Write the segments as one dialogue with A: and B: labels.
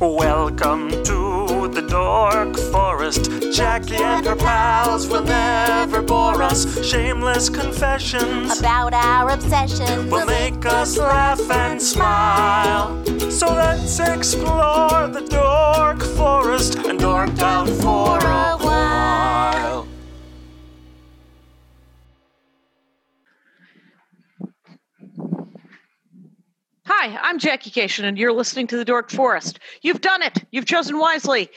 A: Welcome to the Dork Forest. Jackie and her pals will never bore us. Shameless confessions
B: about our obsession.
A: will make us laugh and smile. So let's explore the Dork Forest and dork out for a while.
C: Hi, I'm Jackie Cation, and you're listening to The Dork Forest. You've done it. You've chosen wisely.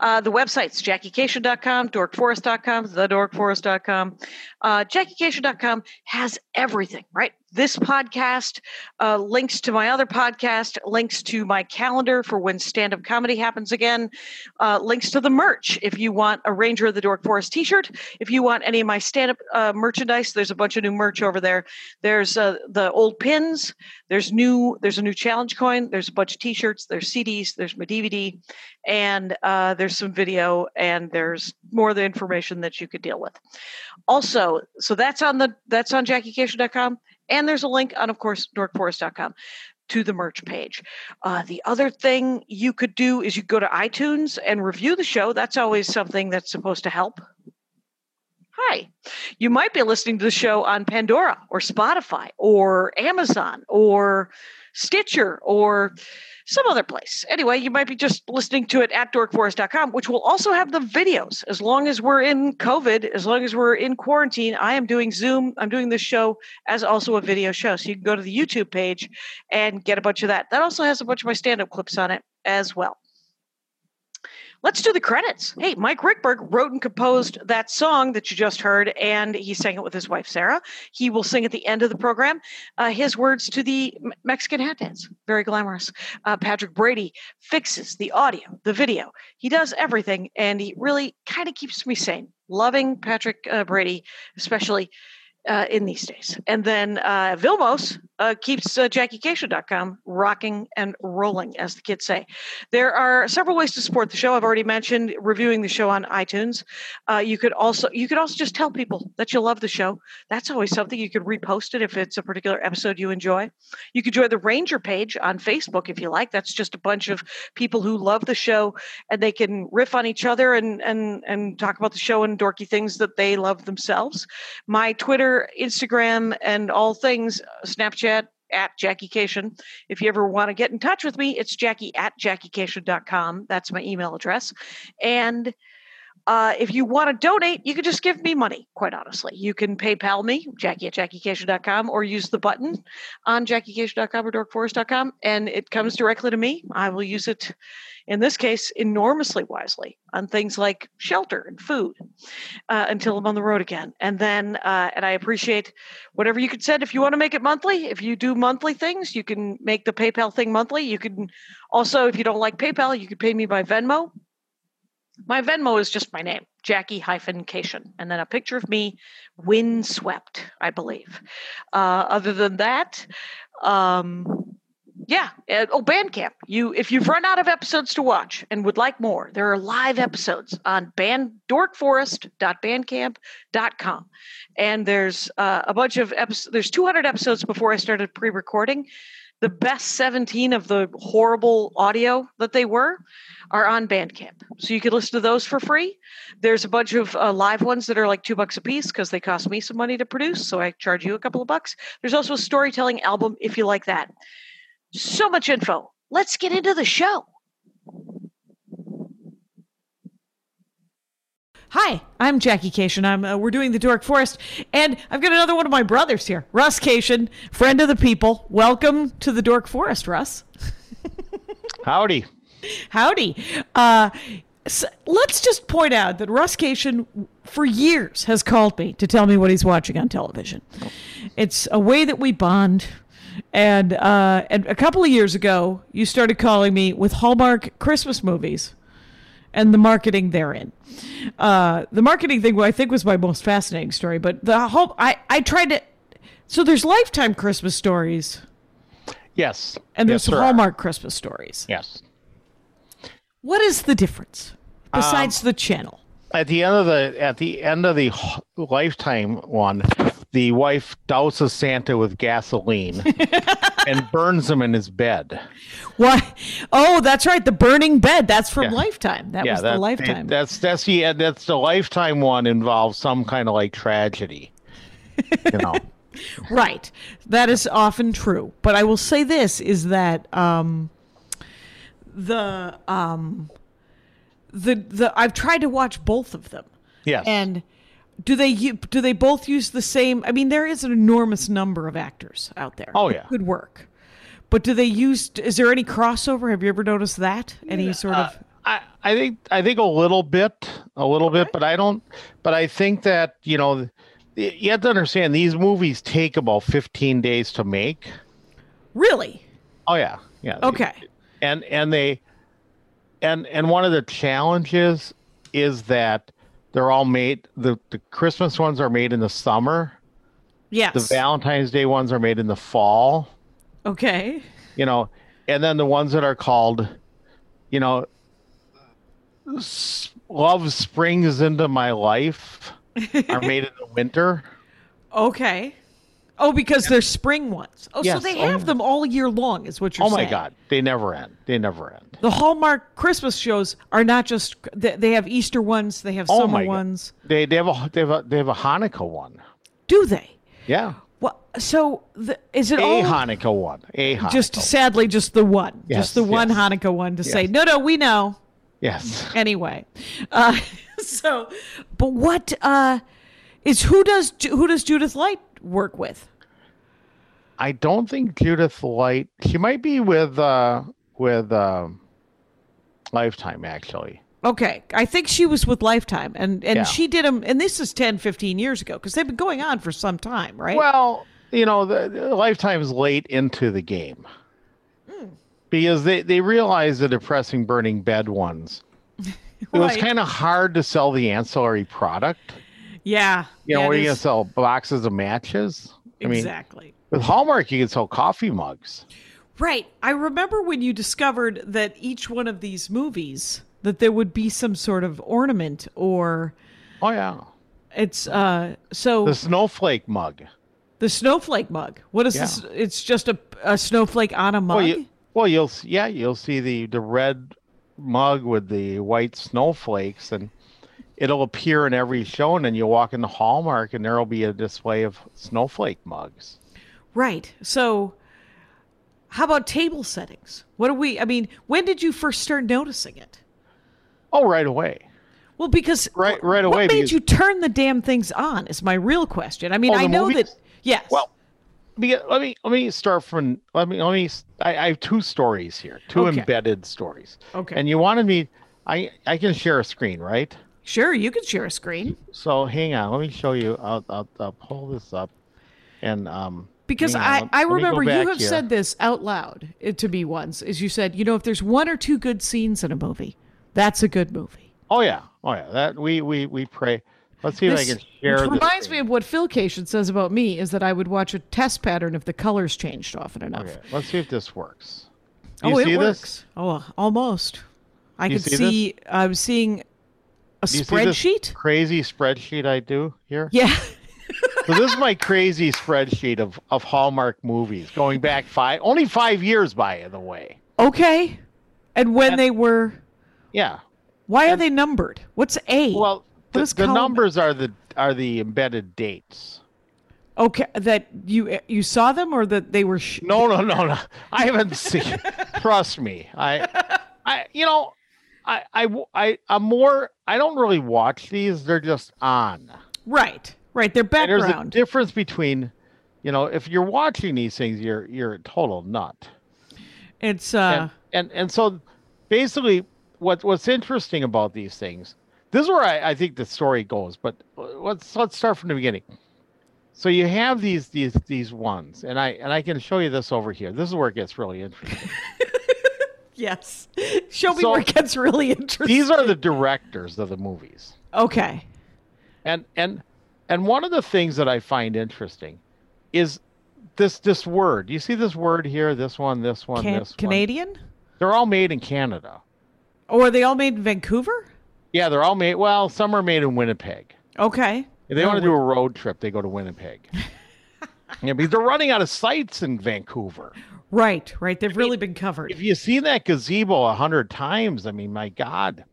C: Uh, the websites, jackiecation.com, dorkforest.com, thedorkforest.com. Uh, jackiecation.com has everything, right? This podcast, uh, links to my other podcast, links to my calendar for when stand-up comedy happens again, uh, links to the merch if you want a Ranger of the Dork Forest t-shirt. If you want any of my stand-up uh, merchandise, there's a bunch of new merch over there. There's uh, the old pins. There's new. There's a new challenge coin. There's a bunch of T-shirts. There's CDs. There's my DVD, and uh, there's some video. And there's more of the information that you could deal with. Also, so that's on the that's on JackieCation.com, and there's a link on, of course, DorkForest.com to the merch page. Uh, the other thing you could do is you go to iTunes and review the show. That's always something that's supposed to help. Hi. You might be listening to the show on Pandora or Spotify or Amazon or Stitcher or some other place. Anyway, you might be just listening to it at dorkforest.com, which will also have the videos. As long as we're in COVID, as long as we're in quarantine, I am doing Zoom. I'm doing this show as also a video show. So you can go to the YouTube page and get a bunch of that. That also has a bunch of my stand up clips on it as well. Let's do the credits. Hey, Mike Rickberg wrote and composed that song that you just heard, and he sang it with his wife, Sarah. He will sing at the end of the program uh, his words to the M- Mexican hat dance. Very glamorous. Uh, Patrick Brady fixes the audio, the video. He does everything, and he really kind of keeps me sane. Loving Patrick uh, Brady, especially uh, in these days. And then uh, Vilmos uh, keeps uh, JackieCation.com rocking and rolling, as the kids say. There are several ways to support the show. I've already mentioned reviewing the show on iTunes. Uh, you could also you could also just tell people that you love the show. That's always something you could repost it if it's a particular episode you enjoy. You could join the Ranger page on Facebook if you like. That's just a bunch of people who love the show and they can riff on each other and and and talk about the show and dorky things that they love themselves. My Twitter, Instagram, and all things uh, Snapchat at Jackie Cation. If you ever want to get in touch with me, it's Jackie at JackieCation.com. That's my email address. And uh, if you want to donate, you can just give me money, quite honestly. You can PayPal me, Jackie at JackieCation.com, or use the button on JackieCation.com or DorkForest.com, and it comes directly to me. I will use it, in this case, enormously wisely on things like shelter and food uh, until I'm on the road again. And then, uh, and I appreciate whatever you could send. If you want to make it monthly, if you do monthly things, you can make the PayPal thing monthly. You can also, if you don't like PayPal, you could pay me by Venmo. My Venmo is just my name, Jackie hyphen Cation, and then a picture of me, windswept, I believe. Uh, other than that, um, yeah. and- oh, Bandcamp. You, if you've run out of episodes to watch and would like more, there are live episodes on bandorkforest.bandcamp.com, and there's uh, a bunch of episodes. There's 200 episodes before I started pre-recording. The best 17 of the horrible audio that they were are on Bandcamp. So you could listen to those for free. There's a bunch of uh, live ones that are like two bucks a piece because they cost me some money to produce. So I charge you a couple of bucks. There's also a storytelling album if you like that. So much info. Let's get into the show. Hi, I'm Jackie Cation. I'm uh, we're doing the Dork Forest, and I've got another one of my brothers here, Russ Cation, friend of the people. Welcome to the Dork Forest, Russ.
D: Howdy.
C: Howdy. Uh, s let's just point out that Russ Cation, for years, has called me to tell me what he's watching on television. It's a way that we bond. And uh, and a couple of years ago, you started calling me with Hallmark Christmas movies and the marketing therein. Uh, the marketing thing, well, I think, was my most fascinating story. But the whole I I tried to. So there's lifetime Christmas stories,
D: Yes.
C: and there's
D: yes, there are.
C: Hallmark Christmas stories.
D: Yes.
C: What is the difference besides
D: Um,
C: the channel?
D: At the end of the at the end of the h- lifetime one, the wife douses Santa with gasoline and burns him in his bed.
C: Why?
E: Oh, that's right. The burning bed. That's from
D: Yeah.
E: Lifetime. That
D: yeah,
E: was
D: that-
E: the Lifetime.
D: That's that's the that's the lifetime one involves some kind of like tragedy. You know.
E: Right. That is often true. But I will say this is that um, the um, the the I've tried to watch both of them.
D: Yes.
E: And do they u- do they both use the same? I mean, there is an enormous number of actors out there.
D: Oh,
E: that
D: yeah.
E: could work. But do they use? Is there any crossover? Have you ever noticed that?
D: Mm,
E: Any
D: uh,
E: sort of?
D: I, I think I think a little bit, a little bit, but I don't. But I think that you know, y- you have to understand these movies take about fifteen days to make.
E: Really?
D: Oh yeah, yeah.
E: Okay.
D: and and they, and and one of the challenges is that they're all made. The the Christmas ones are made in the summer.
E: Yes.
D: The Valentine's Day ones are made in the fall.
E: okay.
D: you know, and then the ones that are called, you know, s- love springs into my life are made in the winter.
E: Okay. Oh, because they're spring ones. Oh,
D: Yes.
E: so they
D: Oh,
E: have
D: yeah.
E: them all year long, is what you're
D: Oh
E: saying.
D: my God, they never end. They never end.
E: The Hallmark Christmas shows are not just, they they have Easter ones, they have
D: Oh
E: summer
D: my God.
E: ones.
D: They they have a they have a they have a Hanukkah one.
E: Do they?
D: Yeah,
E: Well, so the, is it
D: a
E: all
D: Hanukkah one. A Hanukkah.
E: Oh. just sadly just the one,
D: Yes,
E: just the one
D: yes.
E: Hanukkah one to say, no, no, we know.
D: yes.
E: Anyway, uh, so, but what uh, is who does Ju- who does Judith Light work with?
D: I don't think Judith Light. She might be with uh with um, Lifetime actually.
E: Okay, I think she was with Lifetime, and and
D: Yeah.
E: she did them, and this is 10, 15 years ago because they've been going on for some time, right?
D: Well, you know, the, the Lifetime's late into the game
E: Hmm.
D: because they they realized the depressing burning bed ones. It was
E: Right.
D: kind of hard to sell the ancillary product.
E: yeah,
D: You know,
E: yeah,
D: where
E: it
D: you can
E: is.
D: sell boxes of matches. I mean,
E: exactly.
D: with Hallmark, you can sell coffee mugs.
E: Right. I remember when you discovered that each one of these movies that there would be some sort of ornament or
D: Oh yeah,
E: it's uh so
D: the snowflake mug.
E: the snowflake mug. What is
D: Yeah.
E: this? It's just a, a snowflake on a mug.
D: Well, you, well, you'll s- yeah, you'll see the the red mug with the white snowflakes, and it'll appear in every show. And then you walk into Hallmark, and there'll be a display of snowflake mugs.
E: Right. So how about table settings? What do we I mean, when did you first start noticing it?
D: Oh, right away.
E: Well, because
D: Right- right away,
E: What made
D: because-
E: you turn the damn things on is my real question. I mean,
D: Oh,
E: I
D: the
E: know
D: movies?
E: that yes.
D: Well, Because, let me let me start from let me let me. s- I, I have two stories here, two
E: Okay.
D: embedded stories.
E: Okay.
D: And you wanted me. I I can share a screen, right?
E: sure, you can share a screen.
D: So hang on, let me show you. I'll I'll, I'll pull this up, and um.
E: Because
D: hang on,
E: I,
D: let-
E: I
D: let me go
E: remember you
D: back
E: have
D: here.
E: said this out loud eh, to me once, is you said, you know, if there's one or two good scenes in a movie, that's a good movie.
D: Oh yeah, oh yeah. That we we we pray. Let's see
E: This-
D: if I can share.
E: which
D: this
E: reminds me
D: thing.
E: of what Phil Cation says about me is that I would watch a test pattern if the colors changed often enough.
D: Okay, let's see if this works. Do you
E: Oh,
D: see
E: it works.
D: this?
E: Oh, almost. I
D: Do you
E: could
D: see
E: see,
D: this?
E: I'm seeing a
D: Do you see this
E: spreadsheet.
D: crazy spreadsheet I do here.
E: Yeah.
D: So this is my crazy spreadsheet of of Hallmark movies going back five only five years by the way.
E: okay. And when they were,
D: Yeah.
E: why are they numbered? What's A?
D: Well, the,
E: is
D: the
E: column-
D: numbers are the are the embedded dates.
E: okay, that you you saw them or that they were sh-
D: No, no, no, no. I haven't seen. Trust me. I, I, you know, I, I, w- I, am more. I don't really watch these. They're just on.
E: Right, right. Their
D: And there's a
E: background.
D: difference between, you know, if you're watching these things, you're you're a total nut.
E: it's uh,
D: and, and and so basically what what's interesting about these things this is where I, I think the story goes but let's let's start from the beginning so you have these these these ones and i and i can show you this over here this is where it gets really interesting
E: yes. Show me
D: So-
E: where it gets really interesting.
D: these are the directors of the movies
E: okay.
D: and and and one of the things that i find interesting is this this word you see this word here this one this one
E: Can-
D: this one
E: Canadian?
D: they're all made in canada
E: Oh, are they all made in Vancouver?
D: yeah they're all made well some are made in winnipeg
E: Okay.
D: If they want to do a road trip, they go to Winnipeg. Yeah, because they're running out of sites in Vancouver.
E: Right, right. They've really been covered.
D: If you've seen that gazebo a hundred times, I mean, my God,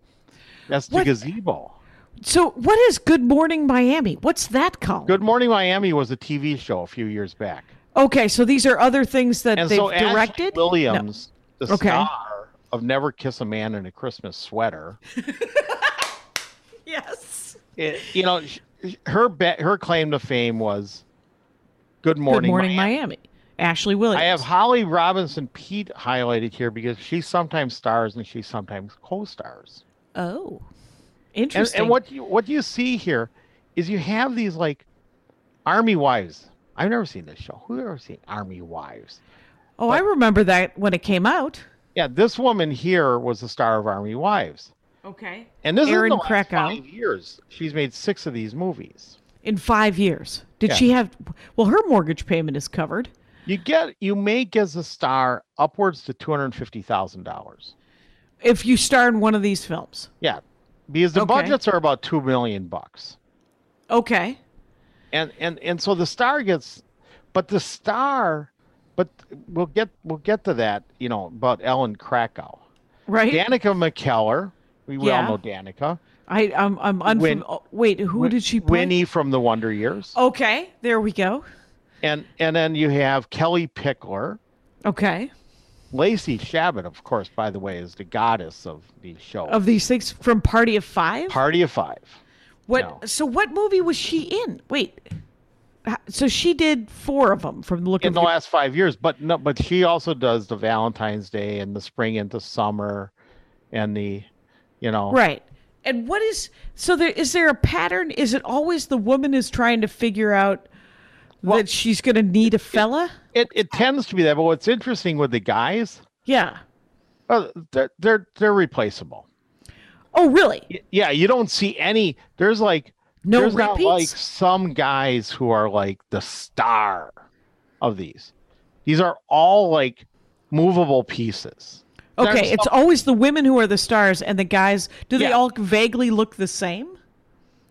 D: that's the
E: What-
D: gazebo.
E: So, what is Good Morning Miami? What's that called?
D: Good Morning Miami was a TV show a few years back,
E: Okay, so these are other things that
D: and
E: they've
D: so Ashley
E: directed.
D: Williams, the
E: Okay.
D: star of Never Kiss a Man in a Christmas Sweater,
E: Yes.
D: it, you know, sh- sh- her be- her claim to fame was Good Morning,
E: Good Morning
D: Miami.
E: Miami. Ashley Williams.
D: I have Holly Robinson Pete highlighted here because she sometimes stars and she sometimes co-stars.
E: Oh,
D: And,
E: interesting.
D: and what you what you see here is you have these like army wives. I've never seen this show. Who ever seen Army Wives?
E: Oh, I remember that when it came out.
D: Yeah, this woman here was the star of Army Wives,
E: Okay.
D: and this
E: Erin
D: is in the last
E: Krakow.
D: five years. She's made six of these movies.
E: In five years, did
D: Yeah.
E: she have? Well, her mortgage payment is covered.
D: You get you make as a star upwards to two hundred fifty thousand dollars.
E: If you star in one of these films,
D: Yeah, because the
E: Okay.
D: budgets are about two million bucks.
E: okay.
D: and and and so the star gets but the star but we'll get we'll get to that you know about ellen krakow
E: Right.
D: danica mckellar we
E: Yeah.
D: all know danica
E: I I'm I'm unfam-
D: Win-
E: oh, Wait, who
D: Win-
E: did she play? Oh.
D: winnie from the wonder years
E: Okay, there we go.
D: and and then you have kelly pickler
E: Okay.
D: lacey chabot of course by the way is the goddess of the show
E: Of these things from Party of Five.
D: party of five
E: what?
D: no.
E: So what movie was she in? Wait. h- So she did four of them from the look
D: in
E: of
D: the
E: your-
D: last five years but no but she also does the valentine's day and the spring into summer and the you know
E: Right. And what is so there is there a pattern? Is it always the woman is trying to figure out that she's going to need a fella?
D: It it tends to be that, but what's interesting with the guys,
E: Yeah.
D: uh, they're they're they're replaceable.
E: Oh, really?
D: Y- Yeah, you don't see any. There's like
E: No
D: there's not like
E: repeats?
D: some guys who are like the star of these. These are all like movable pieces. There's
E: Okay, it's
D: some-
E: always the women who are the stars and the guys. Do they
D: Yeah.
E: all vaguely look the same?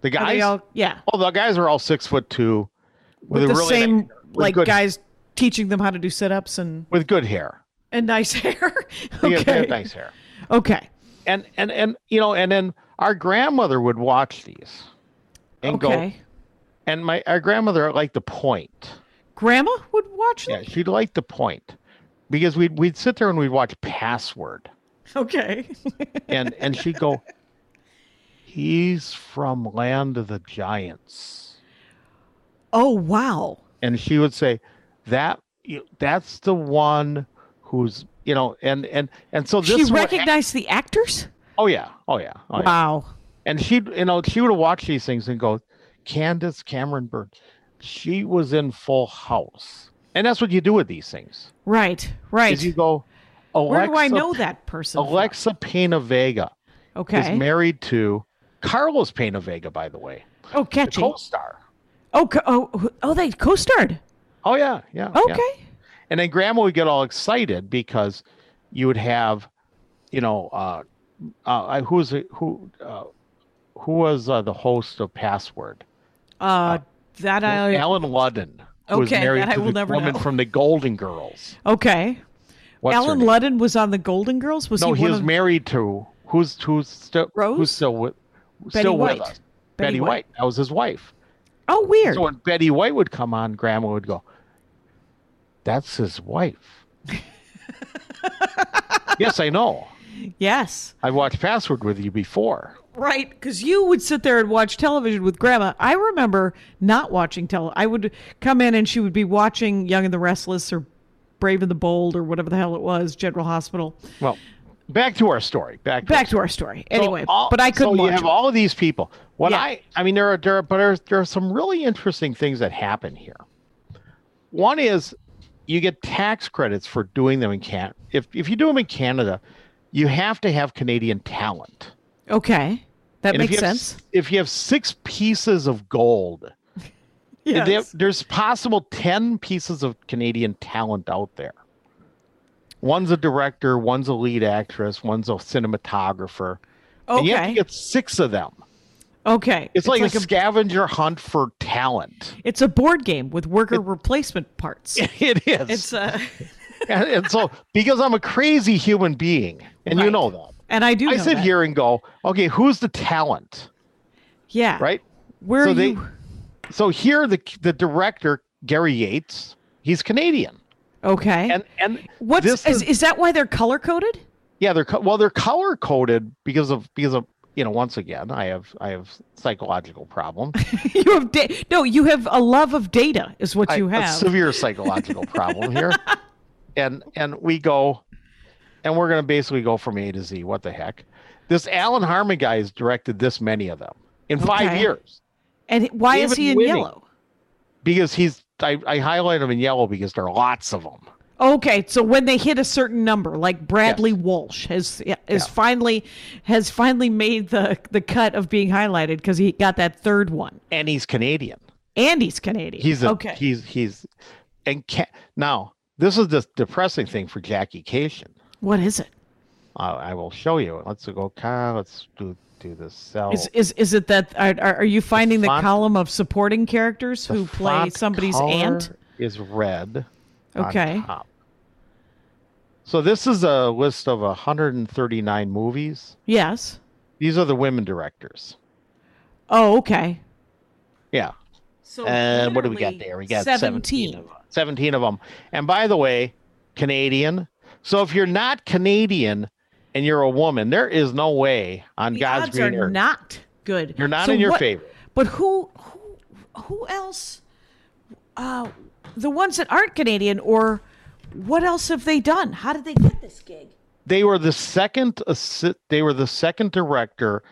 D: the
E: Are
D: guys.
E: they all yeah.
D: oh, the guys are all six foot two,
E: with
D: with, a
E: the
D: really nice
E: same
D: hair, with
E: like
D: good,
E: guys teaching them how to do sit-ups and
D: with good hair.
E: and nice hair.
D: They have- they have
E: okay.
D: nice hair.
E: Okay.
D: And and and you know, and then our grandmother would watch these and go.
E: Okay.
D: And my our grandmother liked the point.
E: Grandma would watch
D: Yeah,
E: them.
D: she'd like the point because we'd we'd sit there and we'd watch Password,
E: Okay.
D: and and she'd go, "He's from Land of the Giants,"
E: oh, wow.
D: and she would say, "That you- that's the one who's you know," and and and so this
E: She
D: would hap-
E: recognized the actors?
D: oh yeah, oh yeah, oh, yeah.
E: Wow.
D: and she would you know she would watch these things and go, "Candace Cameron Burt, she was in Full House," and that's what you do with these things.
E: Right. Right.
D: Is you go, Alexa,
E: Where do I know that person? from?
D: Alexa Pena Vega."
E: Okay.
D: is married to Carlos Pena Vega, by the way,
E: oh,
D: the
E: catchy.
D: co-star.
E: oh, co- oh, who- oh, they co-starred.
D: Oh yeah, yeah. yeah.
E: Okay.
D: And then Grandma would get all excited because you would have, you know, uh, uh, I- who was it- who uh, who was uh, the host of Password?
E: Uh, that I.
D: Alan Ludden, who was
E: Okay,
D: married
E: that I
D: to
E: will
D: the
E: never
D: woman
E: know.
D: from the Golden Girls.
E: okay.
D: What's her
E: Alan
D: name?
E: Ludden was on the Golden Girls. Was
D: No,
E: he,
D: he
E: one
D: was
E: of
D: married to who's who's still who's
E: Rose?
D: still with
E: Betty
D: still
E: White.
D: with us.
E: Betty
D: Betty
E: White.
D: White. That was his wife.
E: Oh, weird.
D: So when Betty White would come on, Grandma would go, "That's his wife." yes, I know.
E: yes.
D: I watched Password with you before.
E: Right, because you would sit there and watch television with grandma. I remember not watching tele. I would come in and she would be watching Young and the Restless or Brave and the Bold or whatever the hell it was, General Hospital.
D: Well, back to our story. Back to, our
E: Back
D: story.
E: to our story. Anyway,
D: So all-
E: but I couldn't
D: So you
E: watch.
D: have
E: it.
D: all of these people. What
E: Yeah.
D: I, I mean, there are there are, but there are, there are some really interesting things that happen here. One is you get tax credits for doing them in Canada. If if you do them in Canada, you have to have Canadian talent.
E: okay, that
D: And if
E: makes
D: you have s-
E: sense.
D: If you have six pieces of gold,
E: Yeah.
D: there- there's possible 10 pieces of Canadian talent out there. One's a director, one's a lead actress, one's a cinematographer. And you have to
E: okay.
D: get six of them.
E: Okay.
D: It's, like, a, scavenger hunt for talent.
E: it's a board game with worker replacement parts.
D: It is.
E: It's uh,
D: and, and so because I'm a crazy human being, and you
E: Right.
D: know that.
E: and I do.
D: I
E: know
D: sit
E: that.
D: here and go, okay, who's the talent,
E: Yeah.
D: right?
E: Where
D: So
E: are
D: they-
E: you?
D: So here, the the director Gary Yates, he's Canadian,
E: Okay.
D: and and
E: What's
D: this
E: is, is that why they're color coded?
D: yeah they're co- well they're color coded because of because of you know once again I have I have psychological problem,
E: you have da- no. You have a love of data, is what
D: I-
E: you
D: a
E: have.
D: severe psychological problem here, and and we go, and we're gonna basically go from A to Z. What the heck? This Alan Harmon guy has directed this many of them in five
E: Okay.
D: years.
E: and he- why is
D: David
E: he in
D: Winning.
E: yellow?
D: because he's I, I highlight him in yellow because there are lots of them.
E: Okay, so when they hit a certain number, like Bradley
D: Yes.
E: Walsh has yeah, is
D: Yeah.
E: finally has finally made the the cut of being highlighted because he got that third one.
D: And he's Canadian.
E: And he's Canadian.
D: He's a,
E: okay.
D: He's he's and can, now this is the depressing thing for Jackie Cation.
E: what is it?
D: Uh, I will show you. Let's go. ca- Let's do do this cell.
E: Is is is it that are, are are you finding the,
D: Oh. font-
E: column of supporting characters
D: The
E: who play
D: font
E: somebody's
D: color
E: aunt?
D: is red. on
E: Okay.
D: top. So this is a list of 139 movies.
E: Yes.
D: These are the women directors.
E: Oh, okay.
D: Yeah.
E: So
D: And what do we got there? We got 17. of 'em. 17 of them. And by the way, Canadian. So if you're not Canadian and you're a woman, there is no way on
E: The
D: God's
E: odds
D: green
E: are
D: earth.
E: not good.
D: you're not
E: So
D: in your
E: what-
D: favor.
E: But who who who else? Uh, the ones that aren't Canadian, or what else have they done? How did they get this gig?
D: They were the second assi- they were the second director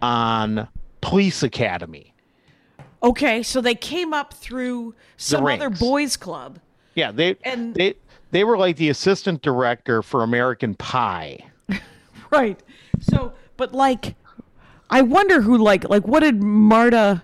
D: on Police Academy.
E: Okay, so they came up through some other
D: ranks.
E: boys' club.
D: Yeah, they
E: And-
D: they they were like the assistant director for American Pie.
E: Right. So, but like, I wonder who like like what did Marta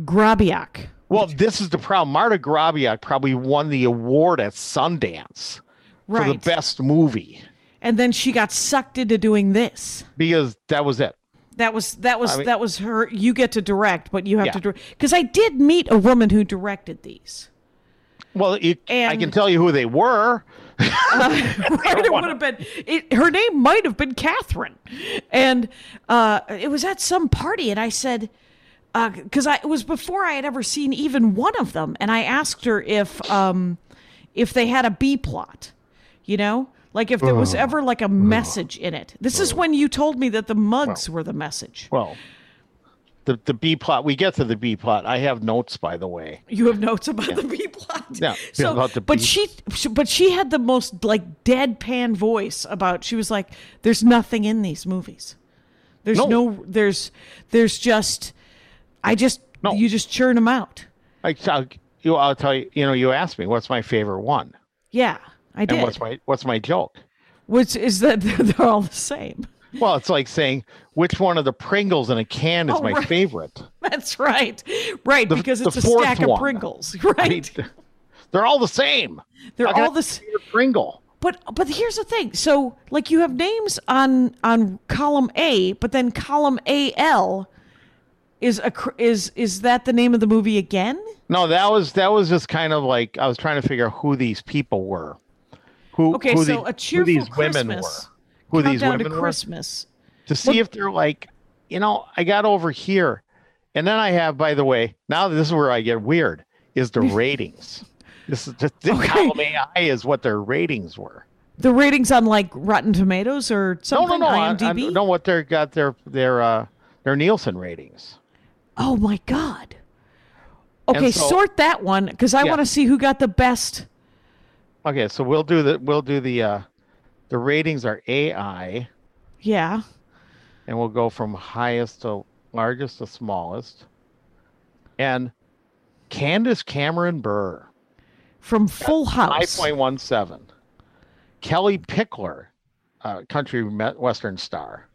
E: Grabiak?
D: Well, this is the problem. Marta Grabiak probably won the award at Sundance
E: Right.
D: for the best movie
E: And then she got sucked into doing this.
D: because that was it.
E: That was that was
D: I mean-
E: that was her. You get to direct, but you have
D: Yeah.
E: to direct because I did meet a woman who directed these.
D: Well, you, I can
E: And-
D: tell you who they were.
E: right? It would have been. It, her name might have been Catherine, and uh, it was at some party, and I said, because I it was before I had ever seen even one of them, and I asked her if um, if they had a B plot, you know. Like if there was ever like a message in it. This is when you told me that the mugs were the message.
D: Well, the the B plot. We get to the B plot. I have notes, by the way.
E: You have notes about the B plot.
D: Yeah,
E: So,
D: about the
E: but
D: B.
E: she, she, but she had the most like deadpan voice about. She was like, "There's nothing in these movies. There's
D: No.
E: no. there's. There's just. I just.
D: No.
E: You just churn them out.
D: I I'll, you, I'll tell you. You know, you asked me what's my favorite one,
E: Yeah, I
D: and
E: did.
D: what's my what's my joke.
E: Which is that they're all the same.
D: Well, it's like saying which one of the Pringles in a can is
E: Oh,
D: my
E: right.
D: favorite.
E: That's right. Right,
D: The-
E: because
D: the
E: it's a
D: fourth
E: stack of
D: one.
E: Pringles. Right.
D: They're all the same.
E: They're
D: How can
E: all
D: I
E: the s-
D: favorite Pringle.
E: But but here's the thing. So like you have names on on column A, but then column AL is a cr- is is that the name of the movie again?
D: No, that was that was just kind of like I was trying to figure out who these people were. Who
E: Okay,
D: who
E: so
D: the-
E: a cheerful
D: who these
E: Christmas.
D: women were. Who these
E: Countdown to
D: women were.
E: Christmas.
D: to see if they're like, you know, I got over here. And then I have, by the way, now this is where I get weird, is the ratings. This is just this
E: Okay.
D: column AI is what their ratings were.
E: The ratings on like Rotten Tomatoes or
D: No,
E: something
D: no, no. I, I
E: IMDb.
D: know what they got their their uh their Nielsen ratings.
E: Oh my god.
D: And
E: Okay,
D: so-
E: sort that one cuz I
D: Yeah.
E: want to see who got the best.
D: Okay, so we'll do the we'll do the uh the ratings are AI
E: Yeah.
D: and we'll go from highest to largest to smallest. And Candace Cameron Burr.
E: From Full House.
D: 5.17. Kelly Pickler, uh, country me- western star.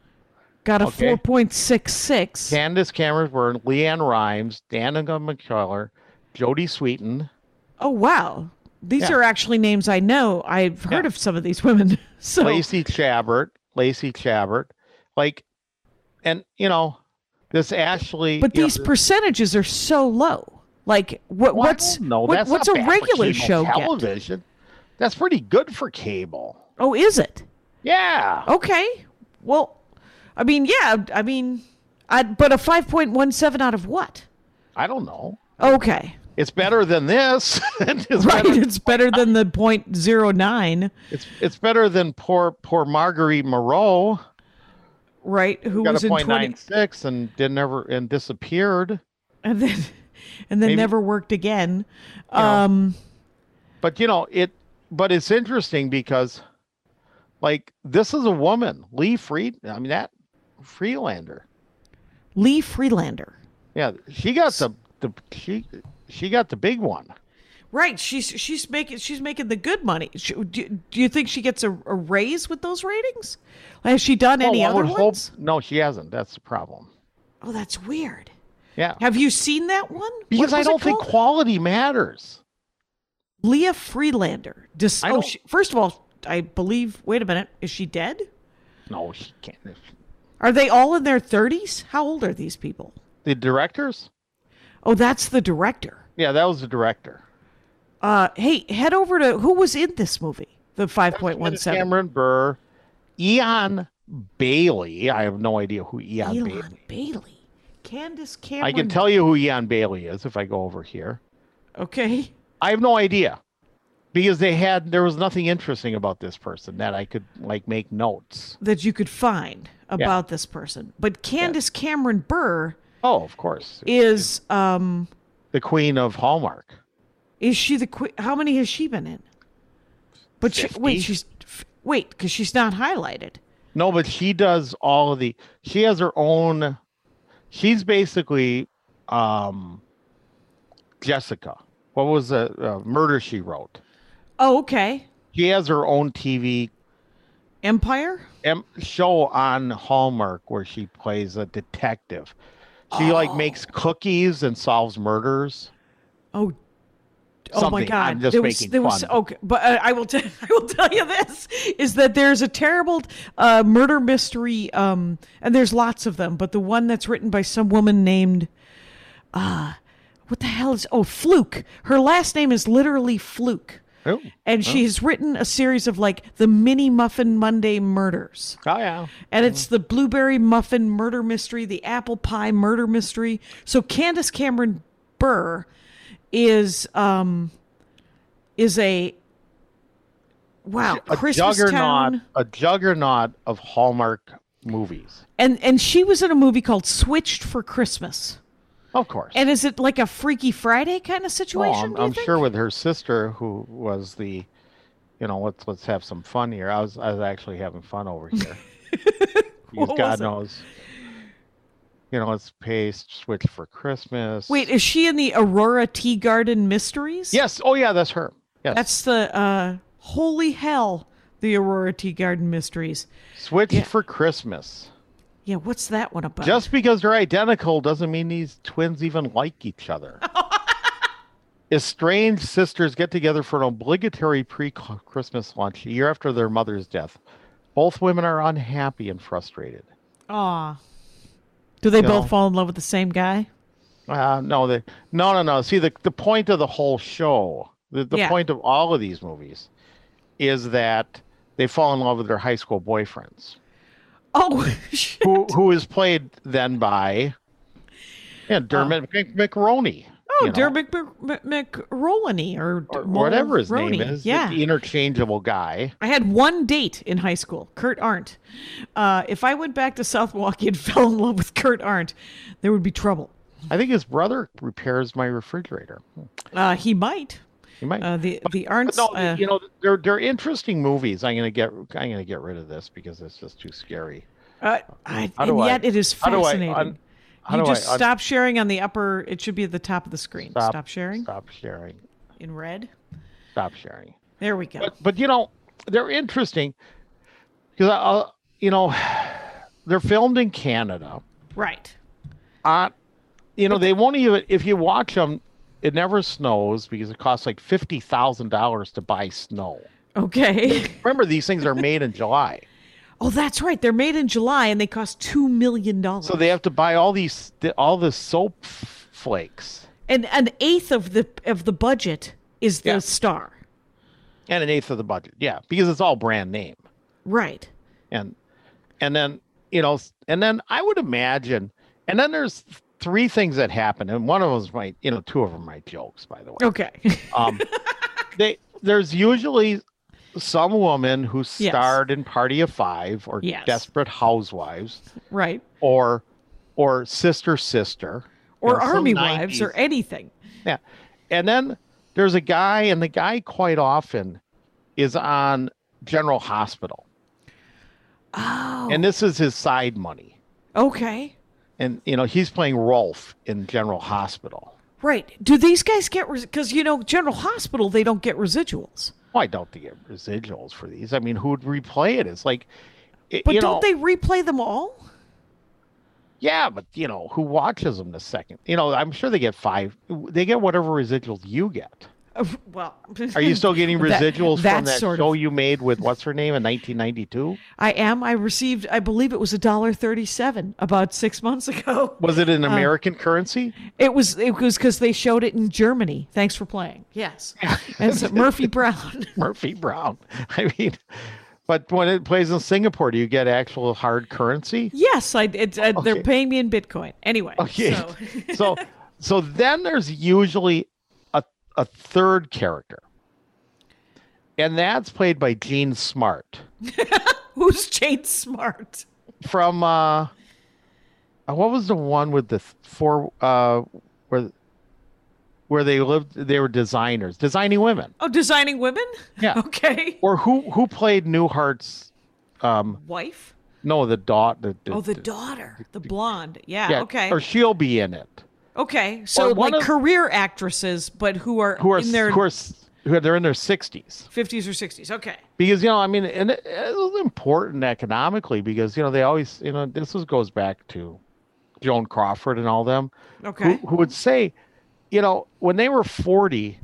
E: Got a
D: okay.
E: 4.66.
D: Candace Cameron were Leanne Rhimes, Danica McKellar, Jody Sweeten.
E: Oh wow. These
D: Yeah.
E: are actually names I know. I've heard
D: Yeah.
E: of some of these women. So
D: Lacey Chabert, Lacey Chabert. Like, and, you know, This actually,
E: But
D: you know,
E: these percentages are so low. Like what
D: well, I
E: what's
D: don't know.
E: what-
D: That's
E: what's
D: not
E: a
D: bad for
E: regular
D: cable
E: show get?
D: television? That's pretty good for cable.
E: Oh, is it?
D: Yeah.
E: Oh. Okay. Well, I mean, yeah, I mean, I, but a 5.17 out of what?
D: I don't know.
E: Okay.
D: It's better than this. it's,
E: Right.
D: better,
E: It's better than the 0.09,
D: it's it's better than poor poor Marguerite Moreau.
E: right? Who
D: Got
E: was
D: a
E: in
D: point
E: 20
D: nine six and didn't ever and disappeared.
E: and then and then
D: Maybe-
E: never worked again. Um
D: But you know it. But it's interesting because, like, this is a woman, Lee Freed. I mean that Freelander.
E: Lee Freelander.
D: Yeah, she got the the she she got the big one.
E: Right, she's she's making she's making the good money. She, do, do you think she gets a, a raise with those ratings? Has she done any
D: Well, I
E: other
D: would hope-
E: ones?
D: No, she hasn't. That's the problem.
E: Oh, that's weird.
D: Yeah,
E: Have you seen that one? What
D: because I
E: was it
D: don't think
E: called?
D: quality matters.
E: Leah Freelander. Dis-
D: I
E: oh,
D: don't-
E: she, first of all, I believe. Wait a minute, is she dead?
D: No, she can't.
E: Are they all in their thirties? How old are these people?
D: The directors?
E: Oh, that's the director.
D: Yeah, that was the director.
E: Uh, hey, head over to who was in this movie? The five point one seven.
D: Cameron Burr, Eon Bailey. I have no idea who Eon Bailey.
E: Elon Bailey, Candace Cameron.
D: I can tell you who Eon Bailey is if I go over here.
E: Okay.
D: I have no idea because they had there was nothing interesting about this person that I could like make notes.
E: that you could find about this person. But Candace Cameron Burr
D: Oh, of course,
E: is um
D: the queen of Hallmark.
E: is she the qui- how many has she been in? But she, wait,
D: 50?
E: she's f- wait because she's not highlighted.
D: No, but she does all of the. She has her own. She's basically um Jessica. What was the uh, murder she wrote?
E: Oh, okay.
D: She has her own TV
E: Empire.
D: em- show on Hallmark where she plays a detective. She like makes cookies and solves murders.
E: Oh. Oh my
D: Something.
E: God!
D: I'm just
E: there was,
D: making
E: there was
D: fun.
E: okay, but uh, I will tell I will tell you this is that there's a terrible uh, murder mystery, um, and there's lots of them. But the one that's written by some woman named, uh, what the hell is oh Fluke? Her last name is literally Fluke,
D: Oh,
E: and she's written a series of like the Mini Muffin Monday murders.
D: oh yeah.
E: And it's the blueberry muffin murder mystery, the apple pie murder mystery. So Candace Cameron Burr is um is a wow
D: A
E: Christmas
D: juggernaut,
E: town,
D: a juggernaut of Hallmark movies.
E: and and she was in a movie called Switched for Christmas.
D: Of course.
E: And is it like a Freaky Friday kind of
D: Well,
E: situation?
D: I'm,
E: do you
D: I'm
E: think?
D: sure with her sister, who was the, you know, let's let's have some fun here. I was I was actually having fun over here. because
E: What was
D: God
E: it?
D: knows, you know, let's pay s- switch for Christmas.
E: Wait, is she in the Aurora Tea Garden Mysteries?
D: Yes. Oh yeah, that's her. Yes.
E: that's the uh, holy hell, the Aurora Tea Garden Mysteries.
D: switch for Christmas.
E: Yeah, what's that one about?
D: Just because they're identical doesn't mean these twins even like each other. Estranged sisters get together for an obligatory pre Christmas lunch a year after their mother's death. Both women are unhappy and frustrated.
E: Aw. Do they
D: You
E: both
D: know.
E: fall in love with the same guy?
D: Uh, no, the, no, no, no. See, the, the point of the whole show, the, the
E: Yeah.
D: point of all of these movies is that they fall in love with their high school boyfriends,
E: Oh, shit.
D: who, who is played then by yeah, Dermot Mc- McRoney.
E: oh,
D: you know,
E: Dermot Mc- Mc- McRolany or,
D: or
E: Mul-
D: whatever his name
E: Roney.
D: is. the-
E: Yeah.
D: The interchangeable guy.
E: I had one date in high school, Kurt Arndt. Uh, if I went back to South Milwaukee and fell in love with Kurt Arndt, there would be trouble.
D: I think his brother repairs my refrigerator. Hmm,
E: Uh, he might.
D: He might.
E: Uh, the the
D: But
E: Arndts.
D: no,
E: uh,
D: you know they're they're interesting movies. I'm gonna get I'm gonna get rid of this because it's just too scary.
E: uh, I,
D: How do
E: and
D: I-
E: yet it is
D: how do I
E: fascinating.
D: un- how
E: you
D: do I
E: just
D: un-
E: stop sharing on the upper. It should be at the top of the screen. Stop, sharing
D: Stop sharing.
E: in red.
D: Stop sharing.
E: There we go.
D: But but you know they're interesting because I you know they're filmed in Canada.
E: right.
D: Uh, you know they won't even if you watch them. It never snows because it costs like fifty thousand dollars to buy snow.
E: Okay.
D: Remember, these things are made in July.
E: Oh, that's right. They're made in July and they cost two million dollars.
D: So they have to buy all these th- all the soap f- flakes
E: and an eighth of the of the budget is the
D: Yeah.
E: star.
D: and an eighth of the budget. Yeah, because it's all brand name.
E: Right.
D: and and then you know s- and then i would imagine and then there's three things that happen and one of them's my you know two of them are my jokes by the way
E: Okay.
D: um they there's usually some woman who
E: Yes.
D: starred in party of five or
E: Yes.
D: desperate housewives
E: right.
D: or or sister sister you
E: Or
D: know, some
E: army wives or
D: 90s.
E: anything.
D: yeah and then there's a guy and the guy quite often is on general hospital
E: Oh.
D: and this is his side money
E: okay.
D: and you know he's playing Rolf in General Hospital.
E: Right. Do these guys get because you know General Hospital they don't get residuals,
D: Why don't they get residuals for these? I mean, who would replay it? It's like, it-
E: but
D: you
E: don't
D: know,
E: they replay them all?
D: Yeah, but you know who watches them the second? You know, I'm sure they get five. They get whatever residuals you get.
E: Uh, well,
D: Are you still getting
E: That-
D: residuals
E: that
D: from that
E: sort
D: show
E: of-
D: you made with what's her name in 1992?
E: I am. I received. I believe it was a dollar thirty-seven about six months ago.
D: Was it in
E: Uh,
D: American currency?
E: It was. It was because they showed it in Germany. Thanks for playing. Yes. and so Murphy Brown.
D: Murphy Brown. I mean, but when it plays in Singapore, do you get actual hard currency?
E: yes, I. It, uh, They're
D: Okay.
E: paying me in Bitcoin anyway.
D: Okay.
E: So,
D: so so then there's usually a a third character. And that's played by Gene Smart
E: who's Jane Smart?
D: from uh uh, what was the one with the th- four uh where where they lived they were designers, designing women.
E: Oh, designing women.
D: Yeah.
E: Okay.
D: Or who who played Newhart's um
E: Wife.
D: no the dot the,
E: Oh, the daughter, the blonde. Yeah.
D: yeah,
E: okay.
D: Or she'll be in it.
E: Okay, so
D: one
E: like
D: of-
E: career actresses, but who are,
D: Who are
E: in their
D: who are s- who are, they're in their sixties.
E: fifties or sixties. Okay,
D: because you know i mean and it, it was important economically because you know they always you know this is, goes back to joan crawford and all them
E: okay,
D: who, who would say you know when they were 40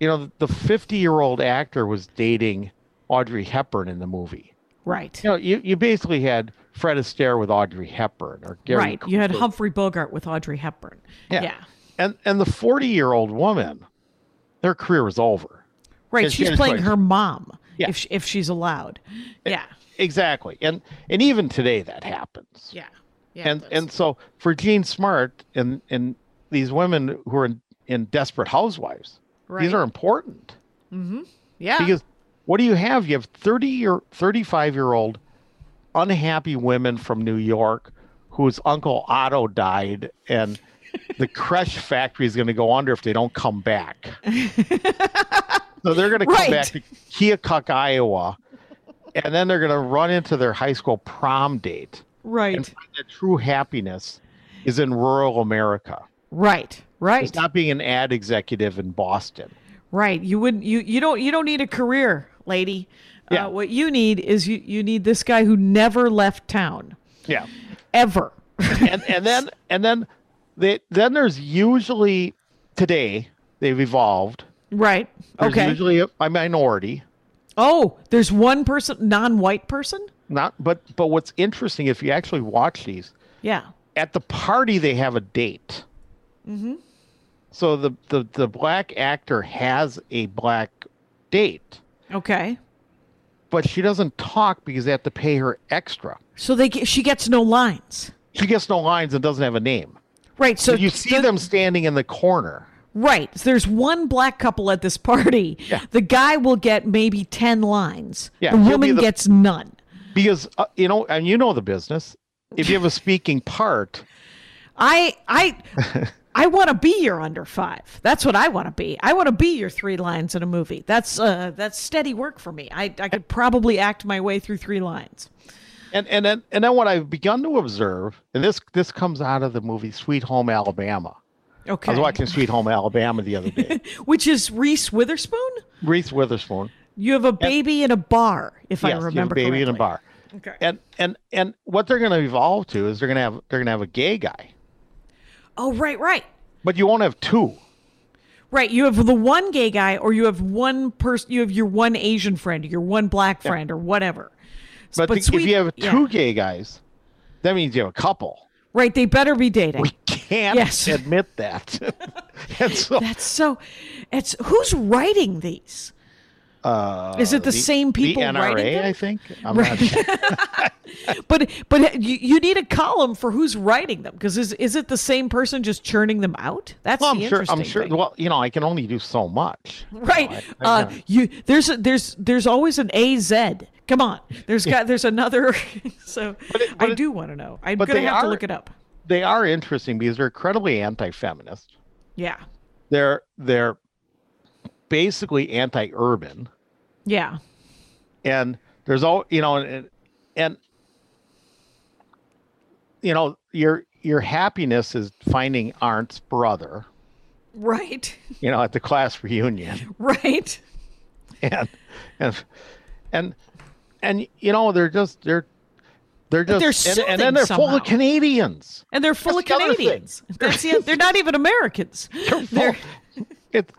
D: you know the 50 year old actor was dating audrey hepburn in the movie
E: right,
D: you know you, you basically had fred astaire with audrey hepburn or Gary
E: right. You had
D: Cooper.
E: Humphrey Bogart with Audrey Hepburn.
D: Yeah.
E: Yeah,
D: and and the 40 year old woman their career was over
E: right.
D: Because she
E: She's
D: had a
E: playing
D: choice.
E: her mom.
D: Yeah.
E: if she, if she's allowed. Yeah,
D: exactly and and even today that happens
E: yeah, yeah.
D: and
E: that's-
D: and so for Gene Smart and and these women who are in, in desperate housewives, these
E: Right.
D: are important
E: yeah,
D: because what do you have? You have thirty year thirty five year old unhappy women from New York whose uncle Otto died and the crush factory is going to go under if they don't come back. so they're going to come
E: Right.
D: back to Keokuk, Iowa, and then they're going to run into their high school prom date
E: right,
D: and find that true happiness is in rural America.
E: right, right,
D: It's not being an ad executive in Boston.
E: right. You wouldn't. You you don't you don't need a career, lady.
D: Yeah.
E: Uh, what you need is you you need this guy who never left town
D: Yeah.
E: ever.
D: And and then and then they then there's usually today they've evolved.
E: right.
D: There's
E: okay.
D: usually a, a minority.
E: Oh, there's one person, non-white person.
D: Not but but what's interesting if you actually watch these,
E: Yeah.
D: at the party they have a date. Mm-hmm. So the, the the black actor has a black date,
E: Okay.
D: but she doesn't talk because they have to pay her extra.
E: So they get, she gets no lines.
D: she gets no lines and doesn't have a name.
E: Right. So,
D: So you see
E: the-
D: them standing in the corner.
E: Right. So there's one black couple at this party.
D: Yeah.
E: The guy will get maybe 10 lines.
D: Yeah,
E: The
D: he'll be
E: woman
D: the-
E: gets none.
D: because uh, you know, and you know the business. If you have a speaking part,
E: I I I want to be your under 5. That's what I want to be. I want to be your 3 lines in a movie. That's uh that's steady work for me. I I could probably act my way through 3 lines.
D: and and then and then what I've begun to observe, and this this comes out of the movie Sweet Home Alabama. I
E: Okay.
D: was watching Sweet Home Alabama the other day.
E: Which is Reese Witherspoon?
D: Reese Witherspoon,
E: You have a baby in a bar, if
D: yes,
E: I
D: you have
E: remember
D: a baby in a
E: correctly.
D: bar,
E: Okay.
D: and and and what they're going to evolve to is they're going to have they're going to have a gay guy,
E: Oh, right, right.
D: but you won't have two.
E: Right, you have the one gay guy, or you have one person, you have your one Asian friend, your one black friend, or whatever.
D: But,
E: But
D: think
E: sweet-
D: if you have
E: yeah.
D: two gay guys, that means you have a couple.
E: Right, they better be dating.
D: We can't
E: Yes.
D: admit that. and so,
E: That's so. It's who's writing these?
D: uh,
E: Is it the same people
D: The NRA,
E: writing them?
D: I think. I'm
E: Right.
D: not sure.
E: But but you, you need a column for who's writing them because is is it the same person just churning them out? That's
D: Well,
E: the
D: I'm sure.
E: interesting
D: I'm sure.
E: thing.
D: Well, you know, I can only do so much.
E: right? uh, you there's a, there's there's always an AZ. Come on, there's got there's another. so
D: it- but
E: I
D: it-
E: do want to know. I'm
D: but
E: gonna
D: they
E: have to
D: are-
E: look it up.
D: They are interesting because they're incredibly anti-feminist.
E: Yeah,
D: They're they're basically anti-urban.
E: yeah,
D: and there's all you know and and you know your your happiness is finding arndt's brother
E: right,
D: you know at the class reunion
E: right.
D: and and and and you know they're just they're they're
E: But
D: just
E: they're
D: and, and then
E: soothing
D: they're full
E: somehow.
D: of canadians
E: And they're full
D: That's
E: of
D: the other thing.
E: Canadians. That's the, they're not even Americans.
D: They're full- it,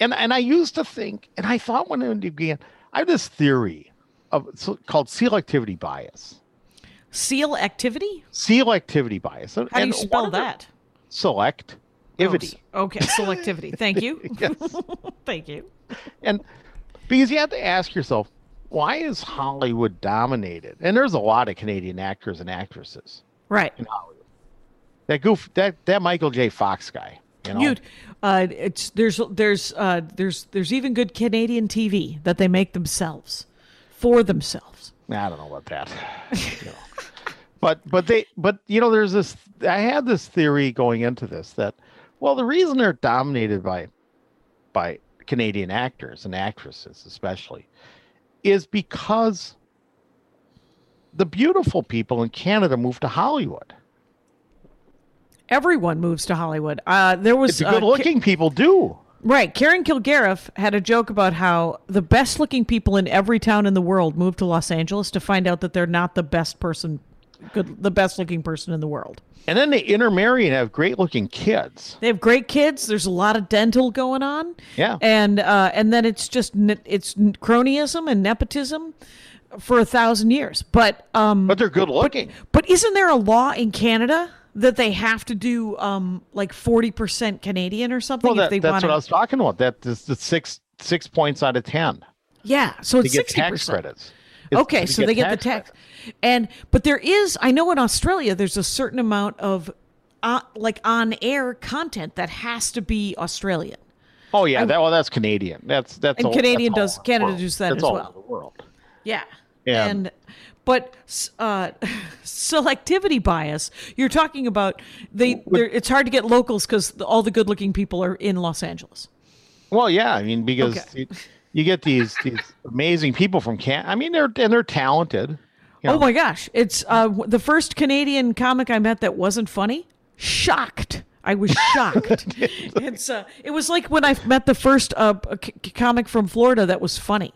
D: and and i used to think and i thought when it began i have this theory of it's called selectivity bias
E: Seal activity?
D: selectivity bias And-
E: How do you
D: and
E: spell
D: one of the-
E: that?
D: select
E: Oh,
D: ivity
E: Okay, selectivity. Thank you. Thank you.
D: and because you have to ask yourself why is hollywood dominated and there's a lot of canadian actors and actresses
E: Right.
D: in hollywood that goof that that michael j fox guy you know
E: You, uh, it's there's there's uh, there's there's even good Canadian TV that they make themselves for themselves.
D: i don't know about that you know. but but they but you know there's this i had this theory going into this that well the reason they're dominated by by canadian actors and actresses especially is because the beautiful people in canada moved to hollywood
E: Everyone moves to Hollywood. Uh, there was
D: the
E: uh,
D: good looking people do
E: Ki- right. Karen Kilgariff had a joke about how the best looking people in every town in the world move to Los Angeles to find out that they're not the best person, good, the best looking person in the world.
D: and then they intermarry and have great looking kids
E: They have great kids. There's a lot of dental going on.
D: Yeah.
E: and uh, and then it's just ne- it's n- cronyism and nepotism for a thousand years. But um,
D: but they're good looking
E: but isn't there a law in Canada that they have to do um like forty percent Canadian or something
D: well
E: if
D: that,
E: they
D: that's
E: want
D: what i was talking about that is the six six points out of ten
E: Yeah, so
D: to
E: it's
D: get
E: sixty
D: tax
E: percent.
D: credits It's
E: Okay,
D: to
E: so they get the tax,
D: credits.
E: and but there is I know in Australia there's a certain amount of uh, like on air content that has to be Australian.
D: oh yeah that well that's canadian that's that's
E: And
D: all-
E: Canadian
D: that's
E: does-
D: all over the
E: Canada
D: world.
E: does that
D: that's
E: as
D: all
E: well.
D: over the world
E: Yeah.
D: Yeah.
E: And but uh, selectivity bias. You're talking about they. they're- It's hard to get locals because all the good-looking people are in Los Angeles.
D: well yeah i mean because
E: Okay.
D: you, you get these these amazing people from can i mean they're and they're talented you
E: Oh
D: know.
E: my gosh! It's uh, w- the first Canadian comic I met that wasn't funny. Shocked. I was shocked. it's uh, it was like when I met the first uh, c- c- comic from Florida that was funny.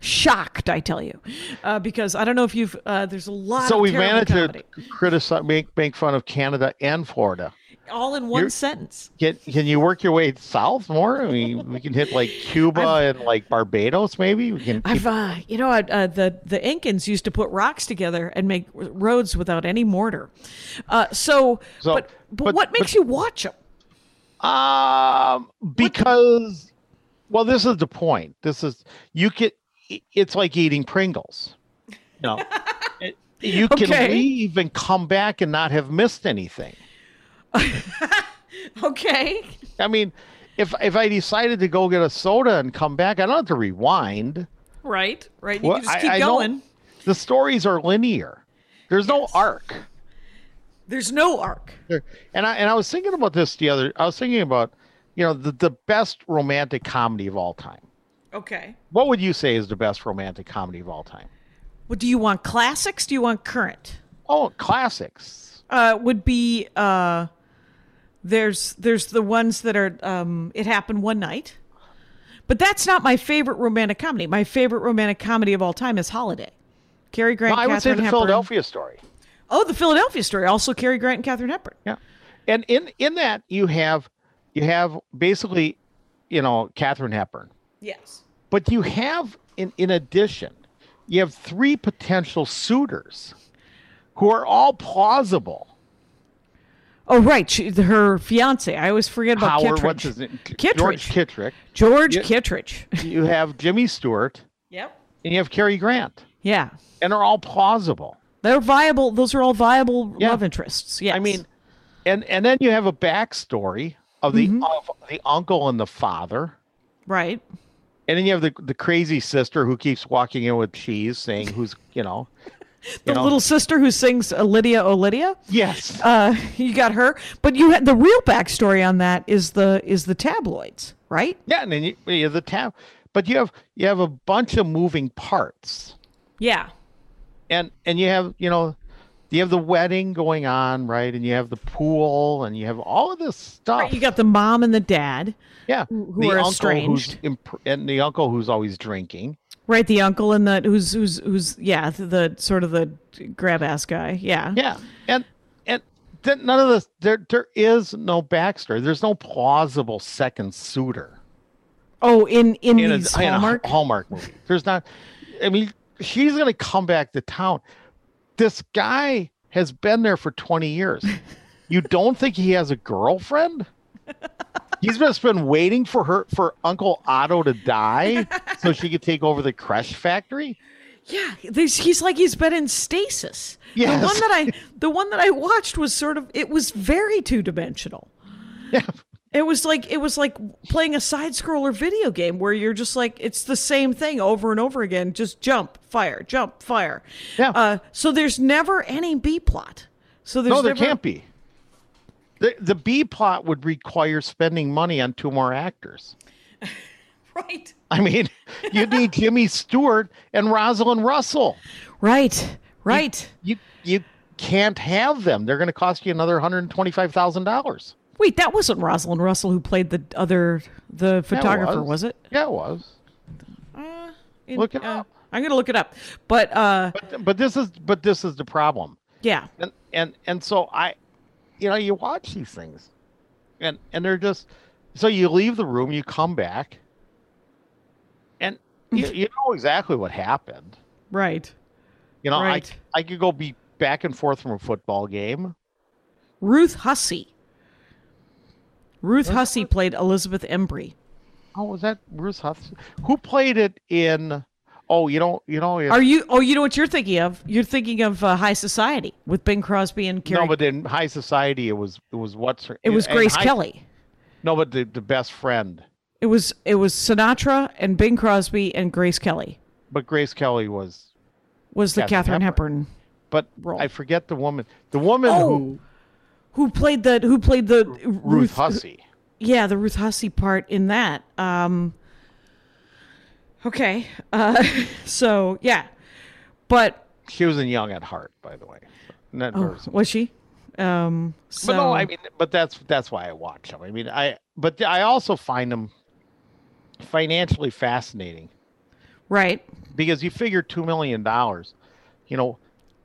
E: Shocked, I tell you, uh, because I don't know if you've. Uh, there's a lot.
D: so
E: of
D: we've
E: terrible
D: managed
E: comedy,
D: to criticize make make fun of canada and florida
E: all in one
D: you're-
E: sentence.
D: Can can you work your way south more? I mean, we can hit like Cuba and like Barbados, maybe. We can.
E: I've, uh, you know, I, uh, the the Incans used to put rocks together and make r- roads without any mortar. Uh, so,
D: So-
E: but, but
D: but-
E: what makes you watch them?
D: Um, because, well, this is the point. This is you can. It's like eating Pringles. No, you can
E: Okay.
D: leave and come back and not have missed anything.
E: Okay,
D: I mean, if if I decided to go get a soda and come back, I don't have to rewind.
E: right, right. You
D: Well,
E: can just
D: I-
E: keep
D: I don't-
E: going.
D: The stories are linear. There's no arc.
E: There's no arc.
D: There- And I and I was thinking about this the other. I was thinking about, you know, the, the best romantic comedy of all time.
E: Okay.
D: What would you say is the best romantic comedy of all time?
E: Well, do you want classics? Do you want current?
D: Oh, classics.
E: Uh, would be uh, there's there's the ones that are um, it happened one night, but that's not my favorite romantic comedy. My favorite romantic comedy of all time is Holiday. Cary Grant.
D: I would say
E: Katharine
D: the
E: Hepburn.
D: Philadelphia story.
E: Oh, the Philadelphia story. Also, Cary Grant and Katherine Hepburn.
D: Yeah, and in in that you have you have basically, you know, Catherine Hepburn,
E: Yes.
D: but you have in in addition, you have three potential suitors who are all plausible.
E: Oh, right. She, her fiance. I always forget about
D: Howard,
E: Kittredge.
D: what's his name? K-
E: Kittredge.
D: George Kittredge.
E: George
D: Yeah.
E: Kittredge.
D: You have Jimmy Stewart
E: Yep.
D: and you have Cary Grant,
E: Yeah.
D: and are all plausible.
E: They're viable. Those are all viable
D: Yeah.
E: love interests. Yes.
D: I mean, and and then you have a backstory of the
E: Mm-hmm.
D: of the uncle and the father,
E: right.
D: and then you have the the crazy sister who keeps walking in with cheese, saying who's you know, you
E: The
D: know,
E: little sister who sings uh, Lydia O Lydia.
D: yes,
E: Uh, you got her, but you had the real backstory on that is the is the tabloids, right?
D: yeah, and then you, you have the town, but you have you have a bunch of moving parts,
E: Yeah.
D: and and you have you know. You have the wedding going on, right? And you have the pool, and you have all of this stuff.
E: You got the mom and the dad,
D: yeah,
E: who
D: the
E: are
D: uncle who's
E: estranged.
D: imp- and the uncle who's always drinking.
E: right? The uncle and the who's who's who's yeah, the, the sort of the grab ass guy. Yeah.
D: Yeah, and and then none of this. There, there is no backstory. There's no plausible second suitor
E: Oh, in in,
D: in a,
E: these
D: in a
E: Hallmark.
D: Hallmark movie. There's not. I mean, she's gonna come back to town. This guy has been there for 20 years. You don't think he has a girlfriend? He's just been waiting for her for Uncle Otto to die so she could take over the crush factory.
E: Yeah, this, he's like he's been in stasis.
D: Yes.
E: The one that I the one that I watched was sort of it was very two dimensional.
D: Yeah.
E: It was like it was like playing a side scroller video game where you're just like it's the same thing over and over again. Just jump, fire, jump, fire.
D: Yeah.
E: Uh, so there's never any B plot. So there's
D: no, there
E: never-
D: can't be. The, the B plot would require spending money on two more actors.
E: Right.
D: I mean, you need Jimmy Stewart and Rosalind Russell.
E: Right. Right.
D: You you can't have them. They're going to cost you another hundred and twenty five thousand dollars.
E: Wait, that wasn't Rosalind Russell who played the other the photographer, was it?
D: Yeah, it was.
E: In-
D: Look it
E: uh,
D: up.
E: I'm gonna look it up. But uh
D: But but this is but this is the problem.
E: yeah.
D: and and and so I, you know, you watch these things, and and they're just so you leave the room, you come back, and you, you know exactly what happened.
E: Right.
D: You know,
E: Right.
D: I I could go be back and forth from a football game.
E: Ruth Hussey. Ruth Hussey played Elizabeth Embry.
D: Oh, was that Bruce Huff? Who played it in? Oh, you know, you know,
E: Are you? Oh, you know what you're thinking of? You're thinking of uh, High Society with Bing Crosby and Carrie.
D: no, but in High Society, it was it was what's her,
E: it was
D: in
E: Grace
D: High-
E: Kelly.
D: No, but the, the best friend,
E: It was it was Sinatra and Bing Crosby and Grace Kelly
D: but Grace Kelly was
E: was the
D: Katharine
E: Katharine
D: Hepburn.
E: Hepburn.
D: But
E: Role.
D: I forget the woman. The woman who
E: Oh, who played the who played the Oh, Ruth, uh,
D: Ruth Hussey.
E: Yeah, the Ruth Hussey part in that. Um, okay, uh, so yeah, but
D: She was in Young at Heart, by the way. Not very-
E: was she? Um, Oh, so
D: But no, I mean, but that's that's why I watch them. I mean, I but I also find them financially fascinating
E: right.
D: because you figure two million dollars, you know,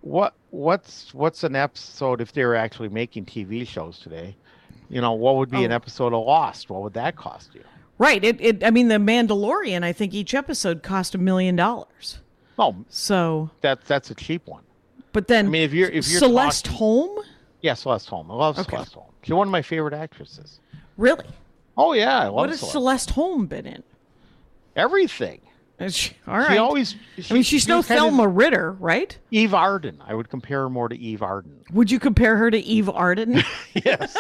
D: what what's what's an episode if they were actually making TV shows today? You know, what would be an
E: Oh.
D: episode of Lost? What would that cost you?
E: Right. It, it. I mean, the Mandalorian. I think each episode cost a million dollars.
D: No,
E: So,
D: that that's a cheap one.
E: but then,
D: I mean, if you're- if you're
E: Celeste
D: talking-
E: Holm,
D: Yeah, Celeste Holm. I love Celeste Holm. She's one of my favorite actresses.
E: really?
D: Oh yeah, I love
E: What has
D: Celeste.
E: Celeste Holm been in?
D: Everything.
E: Is she- all right.
D: She always.
E: I mean, she's no
D: kind of-
E: Thelma Ritter, right?
D: Eve Arden. I would compare her more to Eve Arden.
E: Would you compare her to Eve Arden?
D: Yes.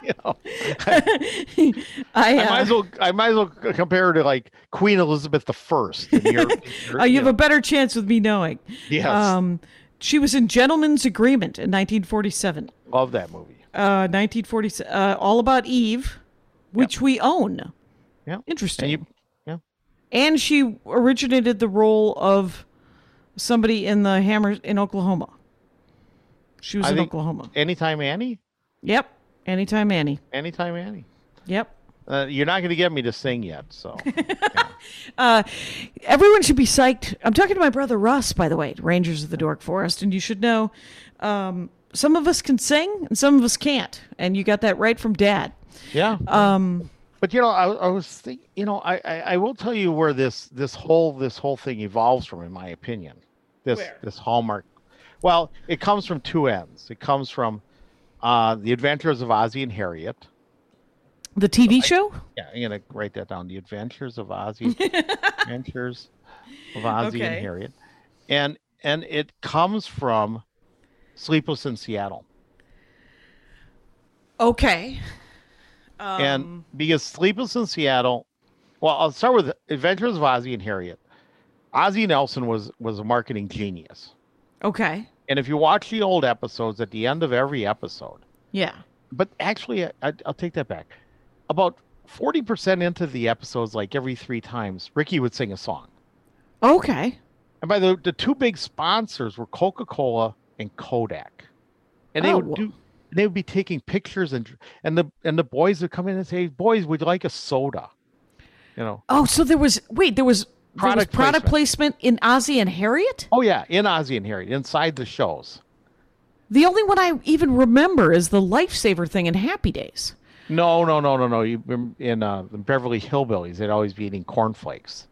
D: You know,
E: I,
D: I might
E: uh,
D: as well. I might as well c- compare her to like Queen Elizabeth the First. in your- in your-
E: uh, you have
D: know.
E: a better chance with me knowing.
D: Yes.
E: Um, she was in Gentleman's Agreement in 1947.
D: love that movie.
E: Uh, 1947. Uh, All About Eve, which we own.
D: Yeah.
E: Interesting.
D: And you, yeah.
E: and she originated the role of somebody in the hammer in Oklahoma. She was
D: I
E: in
D: think-
E: Oklahoma.
D: Anytime Annie.
E: Yep. Anytime Annie.
D: Anytime Annie.
E: Yep.
D: Uh, you're not going to get me to sing yet, so
E: Everyone should be psyched. I'm talking to my brother Russ, by the way, Rangers of the Dork Forest, and you should know um, some of us can sing and some of us can't. And you got that right from Dad.
D: yeah.
E: Um,
D: but you know, I, I was think, you know, I, I I will tell you where this this whole this whole thing evolves from, in my opinion. This
E: Where?
D: this hallmark. Well, it comes from two ends. It comes from uh, the Adventures of Ozzie and Harriet.
E: The TV show?
D: Yeah, I'm gonna write that down. The Adventures of Ozzie, Adventures of Ozzie
E: Okay.
D: and Harriet, and and it comes from Sleepless in Seattle,
E: Okay.
D: and because Sleepless in Seattle, well, I'll start with Adventures of Ozzie and Harriet. Ozzie Nelson was was a marketing genius,
E: Okay.
D: and if you watch the old episodes, at the end of every episode,
E: Yeah.
D: but actually, I, I, I'll take that back. About forty percent into the episodes, like every three times, Ricky would sing a song.
E: Okay.
D: And by the the two big sponsors were Coca Cola and Kodak, and they
E: Oh,
D: would
E: wha-
D: do. They would be taking pictures, and and the and the boys would come in and say, "Boys, would you like a soda?" You know.
E: Oh, so there was wait, there was product,
D: Product
E: product placement. in Ozzy and Harriet?
D: Oh yeah, in Ozzy and Harriet, inside the shows.
E: The only one I even remember is the lifesaver thing in Happy Days.
D: No, no, no, no, no. You rem- in uh, the Beverly Hillbillies, they'd always be eating cornflakes.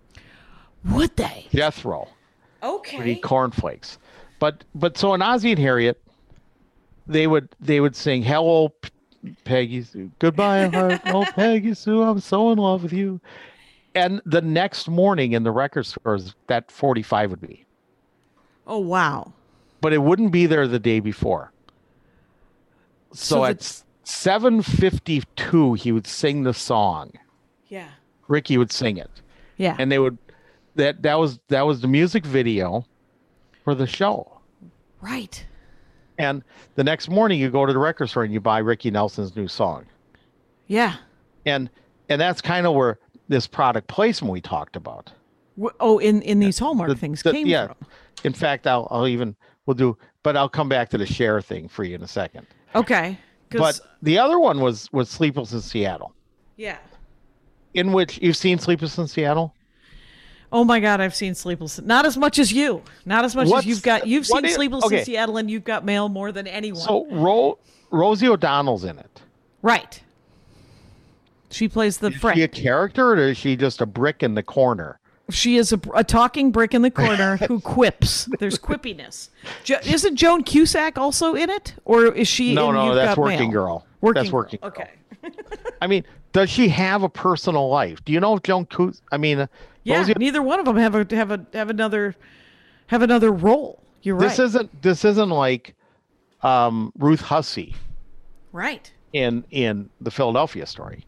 E: Would they?
D: Death Row. would
E: Okay.
D: eat cornflakes. But but so in Ozzy and Harriet, they would they would sing "Hello, P- Peggy Sue, goodbye, heart, oh Peggy Sue, I'm so in love with you." And the next morning in the record stores, that forty five would be,
E: Oh wow.
D: but it wouldn't be there the day before. So,
E: So the-
D: at seven fifty two, he would sing the song.
E: Yeah.
D: Ricky would sing it,
E: Yeah.
D: and they would that that was that was the music video for the show.
E: right.
D: And the next morning, you go to the record store and you buy Ricky Nelson's new song.
E: Yeah.
D: And and that's kind of where this product placement we talked about.
E: Wh- Oh, in in these Hallmark
D: The-
E: things
D: the-
E: came
D: yeah.
E: from.
D: In fact, I'll I'll even we'll do, but I'll come back to the share thing for you in a second.
E: Okay. 'cause-
D: But the other one was was Sleepless in Seattle,
E: yeah.
D: in which you've seen Sleepless in Seattle.
E: Oh my God, I've seen Sleepless. Not as much as you. Not as much
D: What's
E: as you've got.
D: the-
E: You've
D: what
E: seen
D: is-
E: Sleepless
D: okay.
E: in Seattle, and you've got mail more than anyone.
D: So Ro, Rosie O'Donnell's in it.
E: right. She plays the
D: Is she a
E: friend.
D: character or is she just a brick in the corner?
E: She is a, br- a talking brick in the corner who quips. There's quippiness. Jo- isn't Joan Cusack also in it, or is she?
D: No,
E: in
D: no,
E: You've
D: that's
E: Got
D: Working
E: Mail?
D: Girl.
E: Working.
D: That's
E: Girl.
D: Working Girl.
E: Okay.
D: I mean, does she have a personal life? Do you know if Joan Coos? I mean, uh,
E: Yeah.
D: Rosie-
E: neither one of them have a have a have another have another role. You're right.
D: this isn't this isn't like um, Ruth Hussey
E: right.
D: in in the Philadelphia story.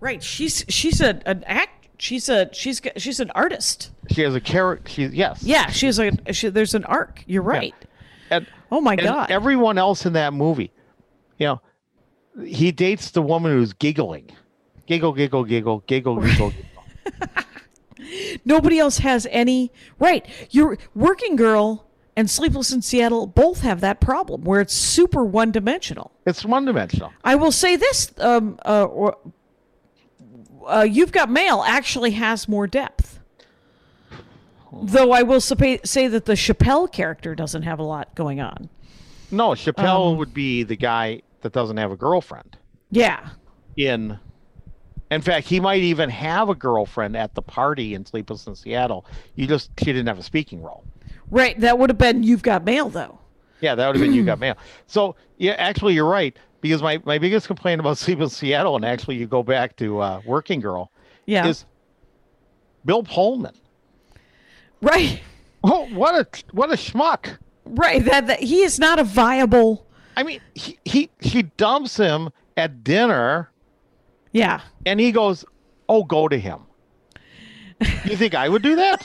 E: Right. She's she's a an act. She's a she's g- she's an artist.
D: She has a character. She yes,
E: Yeah, she's a she, there's an arc. You're right.
D: And,
E: Oh my
D: and
E: god.
D: everyone else in that movie, you know, he dates the woman who's giggling, giggle, giggle, giggle, giggle, giggle. giggle.
E: Nobody else has any right. You're working girl and Sleepless in Seattle both have that problem where it's super one dimensional.
D: It's one dimensional.
E: I will say this: um, uh, or- uh, you've got mail actually has more depth. Though I will supa- say that the Chappelle character doesn't have a lot going on.
D: No, Chappelle
E: Um,
D: would be the guy that doesn't have a girlfriend.
E: Yeah,
D: in in fact he might even have a girlfriend at the party in sleepless in seattle you just she didn't have a speaking role
E: right. That would have been you've got mail though.
D: yeah that would have been you got mail so yeah actually you're right because my, my biggest complaint about sleepless in seattle and actually you go back to uh, working girl
E: Yeah,
D: is bill pullman
E: right,
D: oh what a what a schmuck
E: right. That, that he is not a viable.
D: i mean he, he she dumps him at dinner
E: Yeah,
D: and he goes oh go to him you think i would do that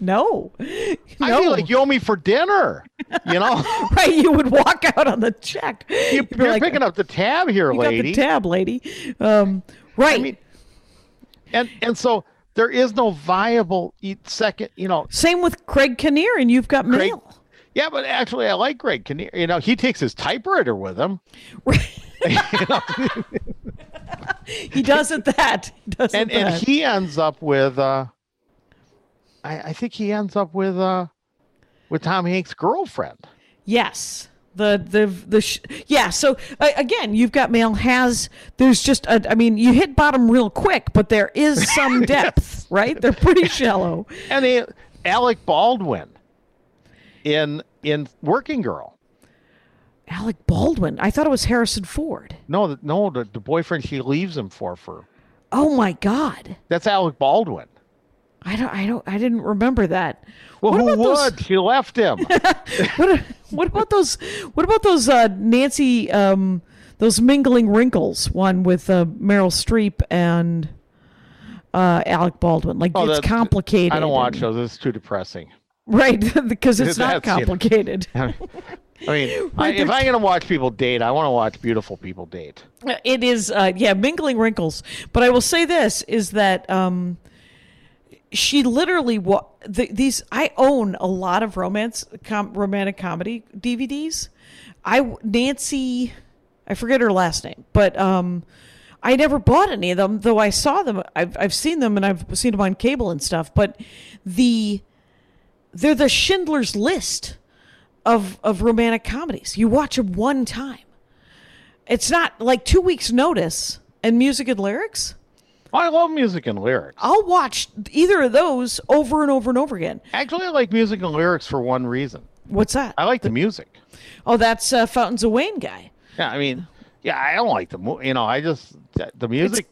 E: no,
D: i
E: No.
D: feel like you owe me for dinner you know
E: right. You would walk out on the check. You'd be
D: You're
E: like,
D: picking up the tab here,
E: "You
D: lady.
E: got the tab, lady. Um, right.
D: I mean, and and so there is no viable e- second. You know,
E: Same with Craig Kinnear, and you've got
D: Craig-
E: mail.
D: yeah, but actually, I like Greg Kinnear. You know, he takes his typewriter with him,
E: he doesn't that. He doesn't
D: and and
E: that.
D: he ends up with. uh I, I think he ends up with uh with Tom Hanks' girlfriend.
E: yes. the the the sh- yeah so uh, again you've got male has there's just a, i mean you hit bottom real quick but there is some depth right they're pretty shallow
D: and they, Alec Baldwin in in Working Girl.
E: alec baldwin i thought it was harrison ford
D: No, the, no, the, the boyfriend she leaves him for for
E: oh my god
D: that's Alec Baldwin.
E: i don't i don't i didn't remember that
D: Well,
E: what
D: who
E: about those-
D: would? She left him.
E: what, what about those what about those uh, nancy um those mingling wrinkles one with uh, meryl streep and uh, Alec Baldwin, like
D: Oh,
E: it's
D: that's-
E: complicated.
D: I don't watch
E: and-
D: those. It's too depressing.
E: Right, because it's not
D: That's, you know.
E: complicated.
D: I mean, I,
E: there-
D: if I'm going to watch people date, I want to watch beautiful people date.
E: It is, uh, yeah, mingling wrinkles. But I will say this is that um, she literally wa- the, these. I own a lot of romance, com- romantic comedy DVDs. I Nancy, I forget her last name, but um, I never bought any of them. Though I saw them, I've I've seen them, and I've seen them on cable and stuff. But the they're the Schindler's List of of romantic comedies. You watch them one time. It's not like two weeks notice and music and lyrics.
D: I love music and lyrics.
E: I'll watch either of those over and over and over again.
D: Actually, I like music and lyrics for one reason.
E: What's that?
D: I like the music.
E: Oh, that's uh, Fountains of Wayne guy.
D: Yeah, I mean, yeah, I don't like the mo- you know, I just th- the music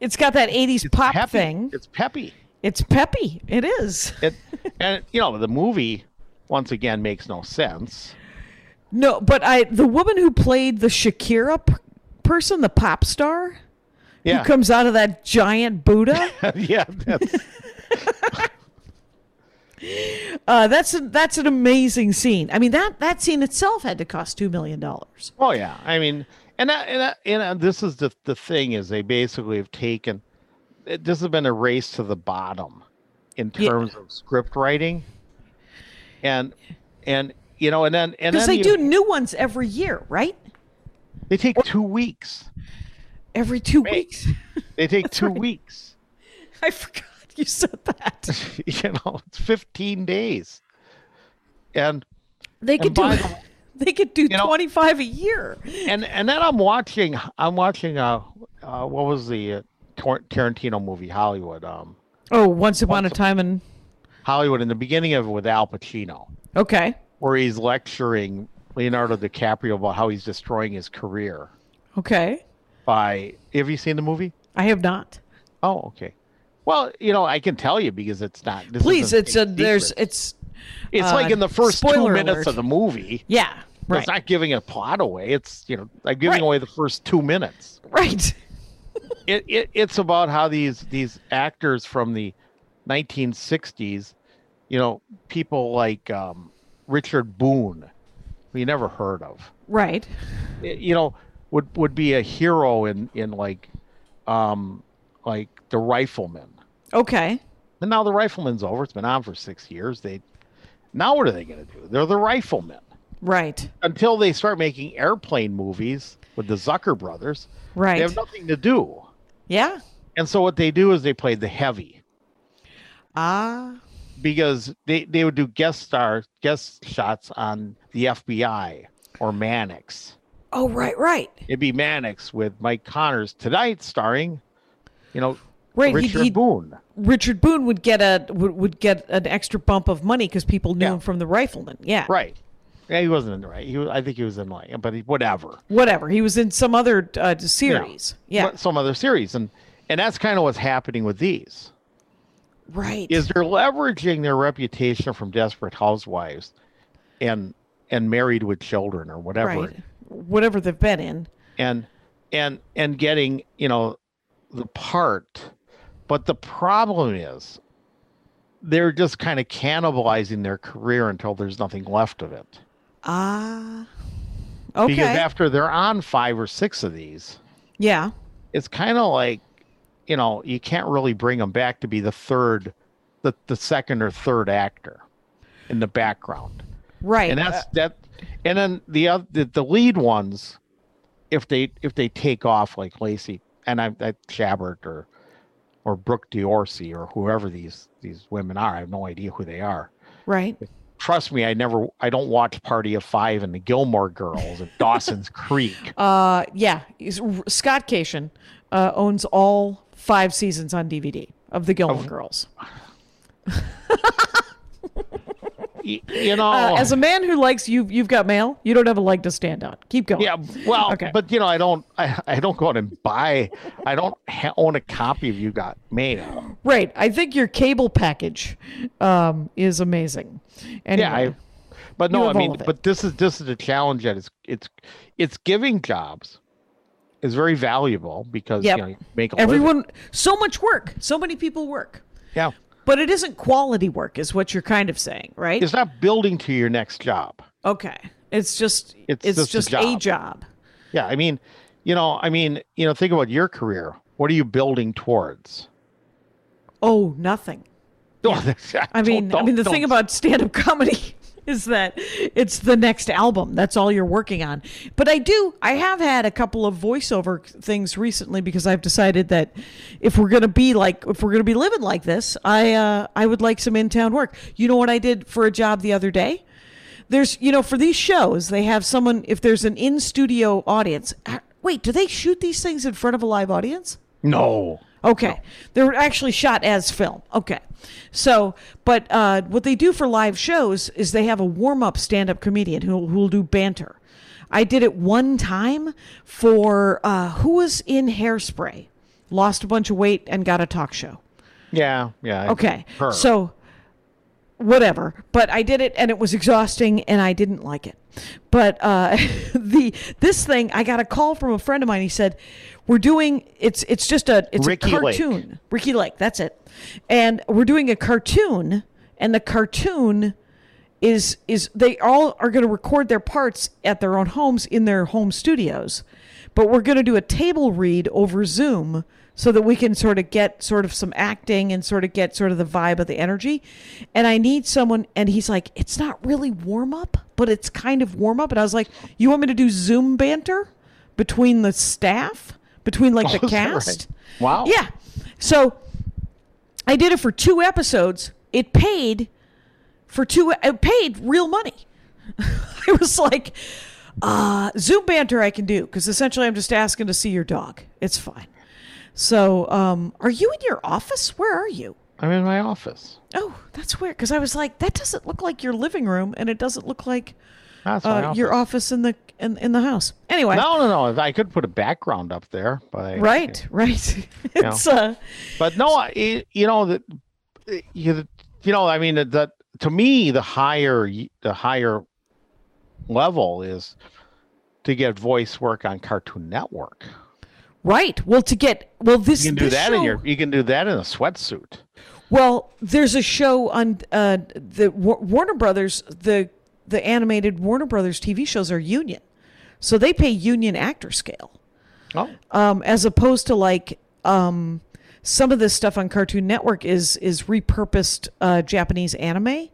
E: It's got that '80s pop
D: peppy.
E: thing.
D: It's peppy.
E: It's peppy. It is.
D: It and you know, the movie once again makes no sense.
E: No, but I the woman who played the Shakira p- person, the pop star,
D: Yeah.
E: who comes out of that giant Buddha.
D: yeah, that's,
E: uh, that's a, that's an amazing scene. I mean that that scene itself had to cost two million dollars.
D: oh yeah. I mean, and that, and that, and uh, this is the the thing is they basically have taken it, this has been a race to the bottom in
E: Yeah.
D: terms of script writing. And and you know, and then and
E: Because they
D: then
E: do
D: you-
E: new ones every year, right?
D: they take 2 weeks.
E: Every two weeks.
D: They take 2 weeks.
E: I forgot you said that.
D: you know, it's 15 days. And
E: They could do
D: by the-
E: they could do
D: know-
E: 25 a year.
D: and and then I'm watching I'm watching uh, uh what was the uh, Tor- Tarantino movie Hollywood um
E: Oh, once upon a time and
D: Hollywood in the beginning of it with Al Pacino
E: okay.
D: where he's lecturing Leonardo DiCaprio about how he's destroying his career
E: Okay.
D: by have you seen the movie?
E: I have not.
D: Oh, okay. Well, you know, I can tell you because it's not. This
E: Please,
D: isn't
E: it's a
D: big
E: there's
D: secret.
E: it's
D: it's
E: uh,
D: like in the first two
E: spoiler
D: minutes
E: alert.
D: of the movie.
E: yeah, right.
D: It's not giving a plot away. It's you know, like giving
E: Right.
D: away the first two minutes.
E: right.
D: it, it it's about how these these actors from the 1960s you know people like um richard boone who you never heard of
E: Right.
D: y- eh, you know would would be a hero in in like um like the rifleman
E: Okay.
D: and now the rifleman's over it's been on for six years they now what are they going to do they're the riflemen
E: Right.
D: until they start making airplane movies with the zucker brothers
E: Right.
D: they have nothing to do
E: yeah.
D: and so what they do is they play the heavy
E: Ah.
D: because they, they would do guest star guest shots on the FBI or Mannix.
E: oh, right, right.
D: It'd be Mannix with Mike Connors tonight, starring, you know,
E: Right, he'd-
D: Richard
E: he'd-
D: Boone.
E: Richard Boone would get a would, would get an extra bump of money because people knew
D: Yeah.
E: him from the Rifleman. Yeah,
D: Right. Yeah, he wasn't in the right. He was, I think he was in like, but he, whatever.
E: Whatever. He was in some other uh, series. Yeah,
D: But Some other series, and and that's kind of what's happening with these.
E: right.
D: Is they're leveraging their reputation from Desperate Housewives, and and Married with Children or whatever. it
E: right. Whatever they've been in.
D: and and and getting you know the part but the problem is they're just kind of cannibalizing their career until there's nothing left of it
E: Ah. Okay.
D: because after they're on five or six of these
E: yeah.
D: it's kind of like you know you can't really bring them back to be the third the, the second or third actor in the background
E: Right. Uh,
D: and that's that and then the other the, the lead ones if they if they take off like Lacey and I, I Shabert or or Brooke Diorcy or whoever these these women are I have no idea who they are
E: right.
D: trust me, I never, I don't watch Party of Five and the Gilmore Girls and Dawson's Creek.
E: Uh, yeah, he's- Scott Cation uh, owns all five seasons on DVD of The
D: Oh.
E: Gilmore Girls.
D: Y- you know,
E: Uh, As a man who likes you, you've got mail. You don't have a leg to stand on. Keep going.
D: yeah, well,
E: Okay.
D: but you know, I don't, I, I don't go out and buy, I don't ha- own a copy of You Got Mail.
E: Right. I think your cable package um, is amazing. Anyway,
D: Yeah, I, but no, I
E: have all
D: mean,
E: of it.
D: but this is this is a challenge that it's it's it's giving jobs is very valuable because
E: Yep.
D: you know you make a living.
E: everyone, so much work. So many people work.
D: yeah,
E: But it isn't quality work, is what you're kind of saying, right?
D: it's not building to your next job.
E: okay. It's just
D: It's
E: it's,
D: just a
E: just,
D: job.
E: a job.
D: Yeah, I mean, you know, I mean, you know, think about your career. What are you building towards?
E: Oh, nothing.
D: No, that's-
E: I
D: don't-
E: mean, I
D: don't-
E: mean, the thing
D: don't-
E: about stand-up comedy is that it's the next album. That's all you're working on. But I do, I have had a couple of voiceover things recently because I've decided that if we're gonna be like, if we're gonna be living like this, I, uh, I would like some in-town work. You know what I did for a job the other day? There's, you know, for these shows, they have someone. If there's an in-studio audience, uh, wait, do they shoot these things in front of a live audience?
D: no.
E: Okay. They were actually shot as film. Okay. So, but uh, what they do for live shows is they have a warm up stand up comedian who who will do banter. I did it one time for uh, who was in hairspray, lost a bunch of weight, and got a talk show.
D: Yeah, yeah.
E: Okay.
D: her.
E: So whatever, but I did it and it was exhausting and I didn't like it. But uh, the this thing, I got a call from a friend of mine. He said, "We're doing it's it's just a it's
D: Ricky
E: a
D: Lake.
E: cartoon, Ricky Lake. That's it. And we're doing a cartoon, and the cartoon." Is is they all are going to record their parts at their own homes in their home studios, but we're going to do a table read over Zoom so that we can sort of get sort of some acting and sort of get sort of the vibe of the energy. And I need someone, and he's like, it's not really warm up, but it's kind of warm up. And I was like, you want me to do Zoom banter between the staff, between like the
D: is that Oh, right?
E: cast?
D: Wow.
E: Yeah. So I did it for two episodes. It paid for two. It paid real money. I was like, uh, Zoom banter I can do because essentially I'm just asking to see your dog. It's fine. So, um, are you in your office? Where are you?
D: I'm in my office.
E: Oh, that's weird. Because I was like, that doesn't look like your living room, and it doesn't look like
D: That's my
E: uh,
D: office.
E: your office in the in, in the house. Anyway,
D: No, no, no. I could put a background up there, but I,
E: right, right. it's uh,
D: But no, I- it, you know that you, you know I mean that- that to me the higher y- the higher level is to get voice work on Cartoon Network.
E: right. Well, to get well, this
D: You can do
E: this
D: that in
E: show-
D: your you can do that in a sweatsuit.
E: Well, there's a show on uh, the Wa- Warner Brothers. The the animated Warner Brothers TV shows are union, so they pay union actor scale,
D: Oh,
E: um, as opposed to like um, some of this stuff on Cartoon Network is is repurposed uh, Japanese anime,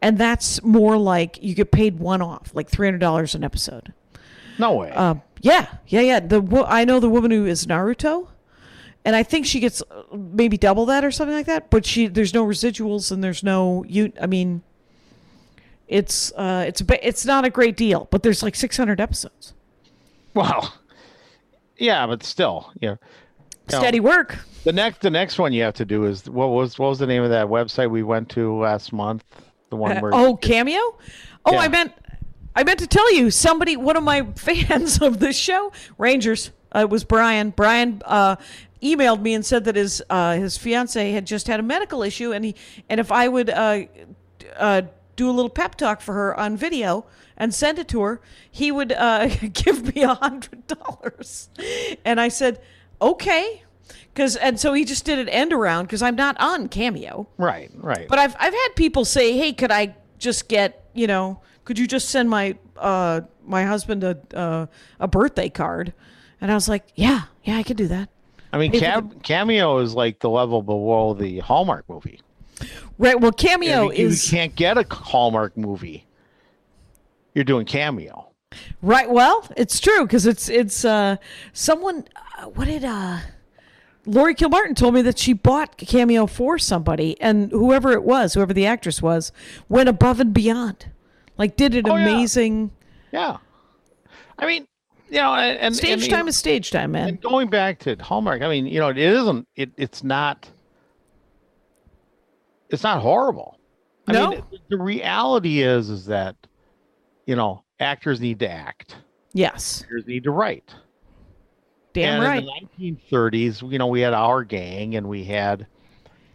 E: and that's more like you get paid one off, like three hundred dollars an episode.
D: no way.
E: Um, yeah, yeah, yeah. The wo- I know the woman who is Naruto, and I think she gets uh, maybe double that or something like that. But she there's no residuals and there's no you. I mean, it's uh, it's a ba- it's not a great deal, but there's like 600 episodes.
D: wow. Yeah, but still, yeah. No.
E: Steady work.
D: The next the next one you have to do is what was what was the name of that website we went to last month? The one where
E: Oh, cameo. Oh,
D: Yeah.
E: I meant I meant to tell you somebody. One of my fans of this show, Rangers. Uh, it was Brian. Brian uh, emailed me and said that his uh, his fiance had just had a medical issue, and he and if I would uh, uh, do a little pep talk for her on video and send it to her, he would uh, give me a hundred dollars. And I said, okay. Cause, and so he just did an end around because I'm not on Cameo.
D: right, right.
E: But I've I've had people say, "Hey, could I just get you know? Could you just send my uh my husband a uh, a birthday card?" And I was like, "Yeah, yeah, I could do that."
D: I mean, Cam- Cameo is like the level below the Hallmark movie.
E: Right. Well, Cameo
D: you, you
E: is
D: can't get a Hallmark movie. You're doing Cameo.
E: right. Well, it's true because it's it's uh someone uh, what did uh Lori Kilmartin told me that she bought Cameo for somebody, and whoever it was, whoever the actress was, went above and beyond. Like, did an
D: Oh, yeah.
E: amazing.
D: Yeah. I mean, you know, and and-
E: Stage
D: and,
E: time is stage time, man.
D: and going back to Hallmark, I mean, you know, it isn't it it's not it's not horrible. I
E: No.
D: mean, the reality is is that you know, actors need to act.
E: yes.
D: Actors need to write.
E: Damn
D: and
E: right.
D: in the 1930s, you know, we had our gang and we had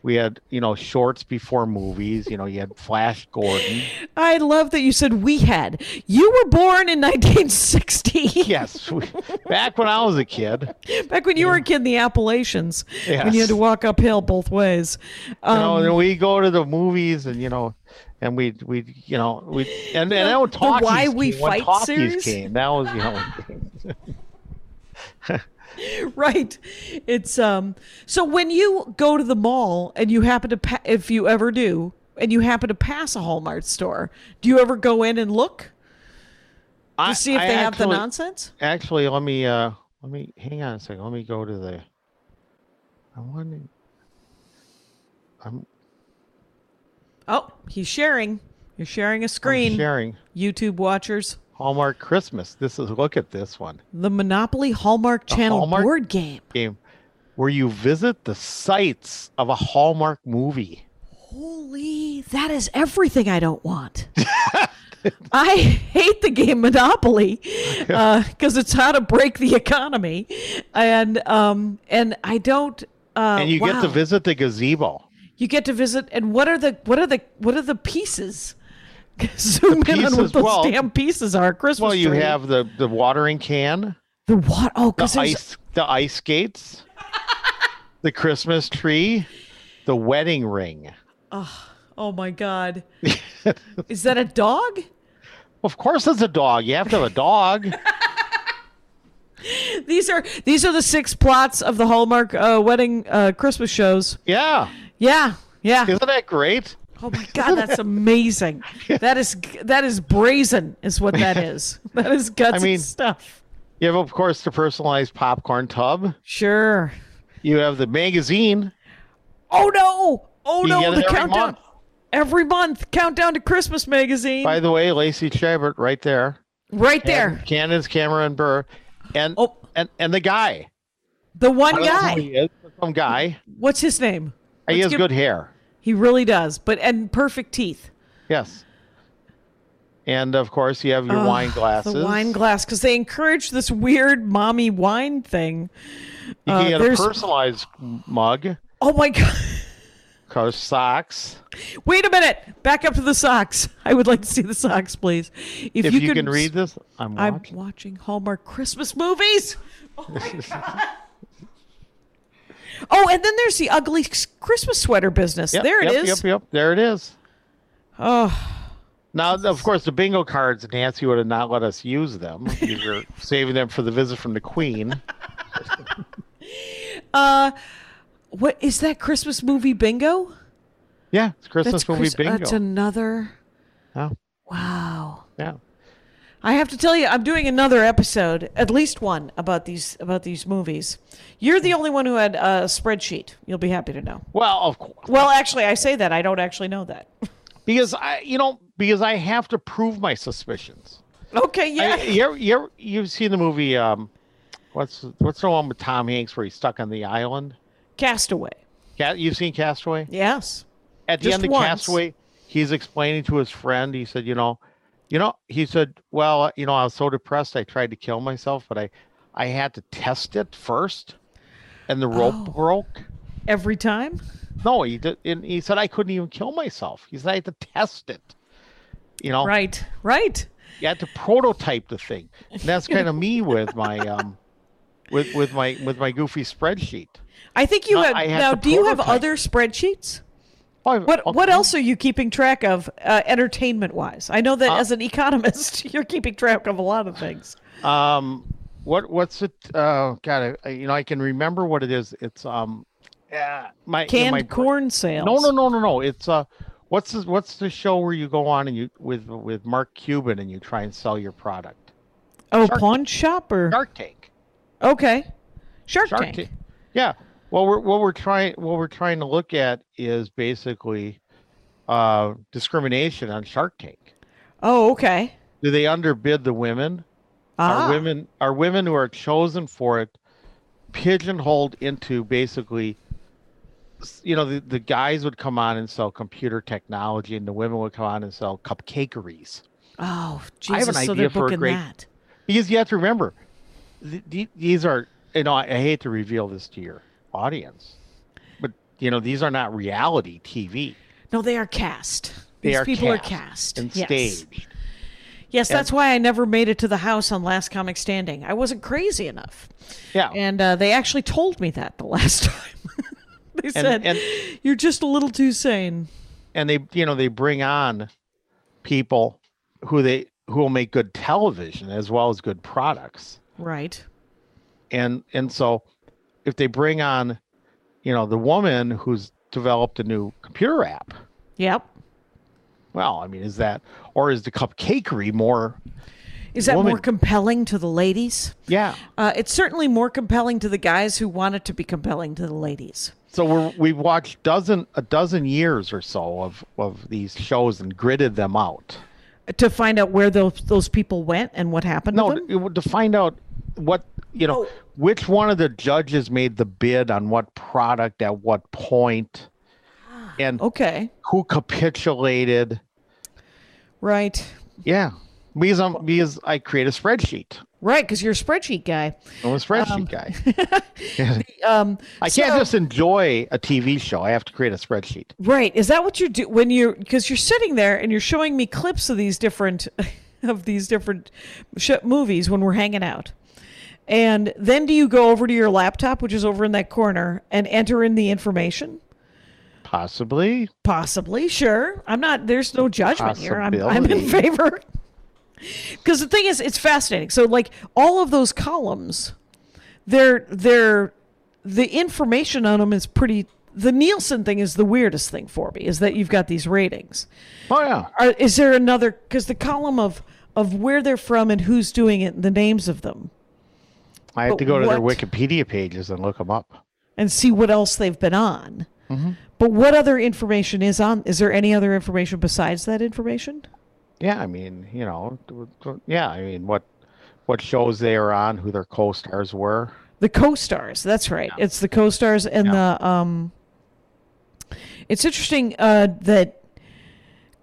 D: we had, you know, shorts before movies, you know, you had Flash Gordon.
E: I love that you said we had. You were born in 1960.
D: Yes, we, back when I was a kid, you
E: Back when you were a kid in the Appalachians, when you had
D: Yes.
E: to walk uphill both ways. Um,
D: know, and we go to the movies and you know, and we we you know we and and then when
E: The
D: talkies
E: Why We
D: came, when
E: Fight
D: talkies
E: series?
D: came, that was you know,
E: right. It's um. So when you go to the mall and you happen to, pa- if you ever do, and you happen to pass a Hallmart store, do you ever go in and look
D: I,
E: to see if
D: I
E: they have
D: actually,
E: the nonsense?
D: Actually, let me uh, let me hang on a second. Let me go to the. I want. I'm
E: Oh, he's sharing. You're sharing a screen.
D: sharing
E: YouTube watchers,
D: Hallmark Christmas. This is look at this one
E: the Monopoly Hallmark Channel
D: Hallmark-
E: board game.
D: game, where you visit the sites of a Hallmark movie.
E: Holy, that is everything I don't want. I hate the game Monopoly because it's how to break the economy, and um, and I don't. Uh,
D: and you get to
E: wow.
D: visit the gazebo.
E: You get to visit, and what are the what are the what are the pieces? Zoom in on
D: pieces-
E: what those
D: well-
E: damn pieces are. Christmas.
D: Well, you
E: tree.
D: have the the watering can,
E: the what? Oh,
D: the
E: because
D: ice the ice skates, the Christmas tree, the wedding ring.
E: Oh my God, is that a dog?
D: Of course, it's a dog. You have to have a dog.
E: These are these are the six plots of the Hallmark uh, wedding uh, Christmas shows.
D: yeah,
E: Yeah, yeah.
D: isn't that great?
E: Oh my god, that's amazing. That is that is brazen, is what that is. That is gutsy
D: I mean-
E: stuff.
D: You have, of course, the personalized popcorn tub.
E: Sure.
D: You have the magazine.
E: Oh no! Oh
D: You
E: no!
D: get it
E: The
D: every
E: countdown
D: month.
E: every month. Countdown to Christmas magazine.
D: By the way, Lacey Chabert, right there.
E: right
D: And
E: there.
D: Cannon's Cameron Burr, and
E: Oh.
D: and and the guy.
E: The one
D: I don't know who
E: guy.
D: he is, but some guy.
E: What's his name?
D: he
E: Let's
D: has
E: give-
D: good hair.
E: He really does. But and perfect teeth.
D: Yes. And of course, you have your
E: Ugh,
D: wine glasses.
E: The wine glass, because they encourage this weird mommy wine thing.
D: You can
E: Uh,
D: get a
E: there's-
D: personalized mug,
E: Oh my god.
D: course, socks.
E: Wait a minute. Back up to the socks. I would like to see the socks, please. If,
D: If you,
E: could
D: can
E: s-
D: read this, I'm
E: I'm
D: watching.
E: watching Hallmark Christmas movies. Oh, my God. oh, and then there's the ugly s- Christmas sweater business.
D: Yep,
E: there it is.
D: yep, Yep, yep, there it is.
E: Oh,
D: Now, of course, the bingo cards, Nancy would have not let us use them. We were saving them for the visit from the Queen.
E: uh, what is that Christmas movie bingo?
D: Yeah, it's Christmas movie
E: Chris-
D: bingo.
E: That's uh, another.
D: Yeah,
E: Wow.
D: yeah.
E: I have to tell you, I'm doing another episode, at least one about these about these movies. You're the only one who had a spreadsheet. You'll be happy to know.
D: Well, of course.
E: Well, actually, I say that I don't actually know that.
D: because I, you know, because I have to prove my suspicions.
E: Okay, yeah.
D: I, you ever, you ever, you've seen the movie, um, what's what's the one with Tom Hanks where he's stuck on the island?
E: Castaway.
D: Ca- You've seen Castaway?
E: Yes.
D: At the
E: Just
D: end of
E: once.
D: Castaway, he's explaining to his friend. He said, you know, you know, he said, well, you know, I was so depressed, I tried to kill myself, but I, I had to test it first, and the rope
E: Oh.
D: broke.
E: Every time?
D: No, he did, and he said I couldn't even kill myself. He said I had to test it. You know,
E: Right. Right.
D: you had to prototype the thing. And that's kind of me with my um with with my with my goofy spreadsheet.
E: I think you
D: No,
E: have
D: I had
E: now
D: the
E: do you have
D: prototype.
E: other spreadsheets?
D: Oh, I've-
E: What what
D: okay.
E: else are you keeping track of uh, entertainment wise? I know that
D: Uh,
E: as an economist you're keeping track of a lot of things.
D: Um what what's it uh god I, I- you know I can remember what it is. It's um yeah, my you know,
E: Canned
D: my br-
E: corn sales.
D: No, no, no, no, no. It's uh what's the, what's the show where you go on and you with with Mark Cuban and you try and sell your product?
E: Oh,
D: Shark
E: pawn shop or
D: Shark Tank.
E: Okay. Shark,
D: Shark
E: Tank.
D: Tank. Yeah. What we're what we're trying what we're trying to look at is basically uh, discrimination on Shark Tank.
E: Oh, okay.
D: Do they underbid the women?
E: Ah,
D: Are women are women who are chosen for it pigeonholed into basically s- you know the, the guys would come on and sell computer technology and the women would come on and sell cupcakeries
E: Oh,
D: I have an
E: Jesus. so
D: idea
E: they're
D: for a
E: booking
D: great-
E: that.
D: because you have to remember th- th- these are you know i I hate to reveal this to your audience but you know these are not reality tv
E: No, they are cast.
D: they
E: These
D: are
E: people
D: cast
E: are cast.
D: and
E: yes.
D: staged
E: Yes, that's why I never made it to the house on Last Comic Standing. I wasn't crazy enough.
D: yeah
E: And uh, they actually told me that the last time. they said,
D: and-
E: You're just a little too sane.
D: and they you know they bring on people who they who will make good television as well as good products
E: Right.
D: and and so if they bring on you know the woman who's developed a new computer app
E: Yep.
D: well i mean is that or is the cupcakery more
E: Is that more
D: Woman.
E: compelling to the ladies?
D: yeah
E: Uh, it's certainly more compelling to the guys who want it to be compelling to the ladies.
D: so we're, we've watched dozen a dozen years or so of of these shows and gridded them out
E: To find out where those those people went and what happened
D: no
E: to them.
D: to, to find out what you know
E: Oh.
D: which one of the judges made the bid on what product at what point
E: Ah.
D: and
E: Okay.
D: who capitulated
E: Right.
D: yeah because, I'm, because i create a spreadsheet
E: Right, because you're a spreadsheet guy.
D: I'm a spreadsheet guy.
E: Um,
D: I can't
E: so-
D: just enjoy a TV show. I have to create a spreadsheet.
E: Right. Is that what you do when you're because you're sitting there and you're showing me clips of these different of these different sh- movies when we're hanging out. And then do you go over to your laptop which is over in that corner and enter in the information?
D: Possibly.
E: Possibly, sure. I'm not there's no judgment here. I'm I'm in
D: Possibility.
E: favor. Cuz the thing is it's fascinating. So like all of those columns they're they're the information on them is pretty the Nielsen thing is the weirdest thing for me is that you've got these ratings
D: Oh yeah.
E: are, is there another because the column of of where they're from and who's doing it and the names of them
D: I have
E: But
D: to go to their
E: what-
D: Wikipedia pages and look them up.
E: and see what else they've been on but what other information is on is there any other information besides that information
D: Yeah, I mean, you know, d- d- yeah, I mean, what what shows they are on, who their co-stars were.
E: the co-stars that's right it's the co-stars and the um it's interesting uh that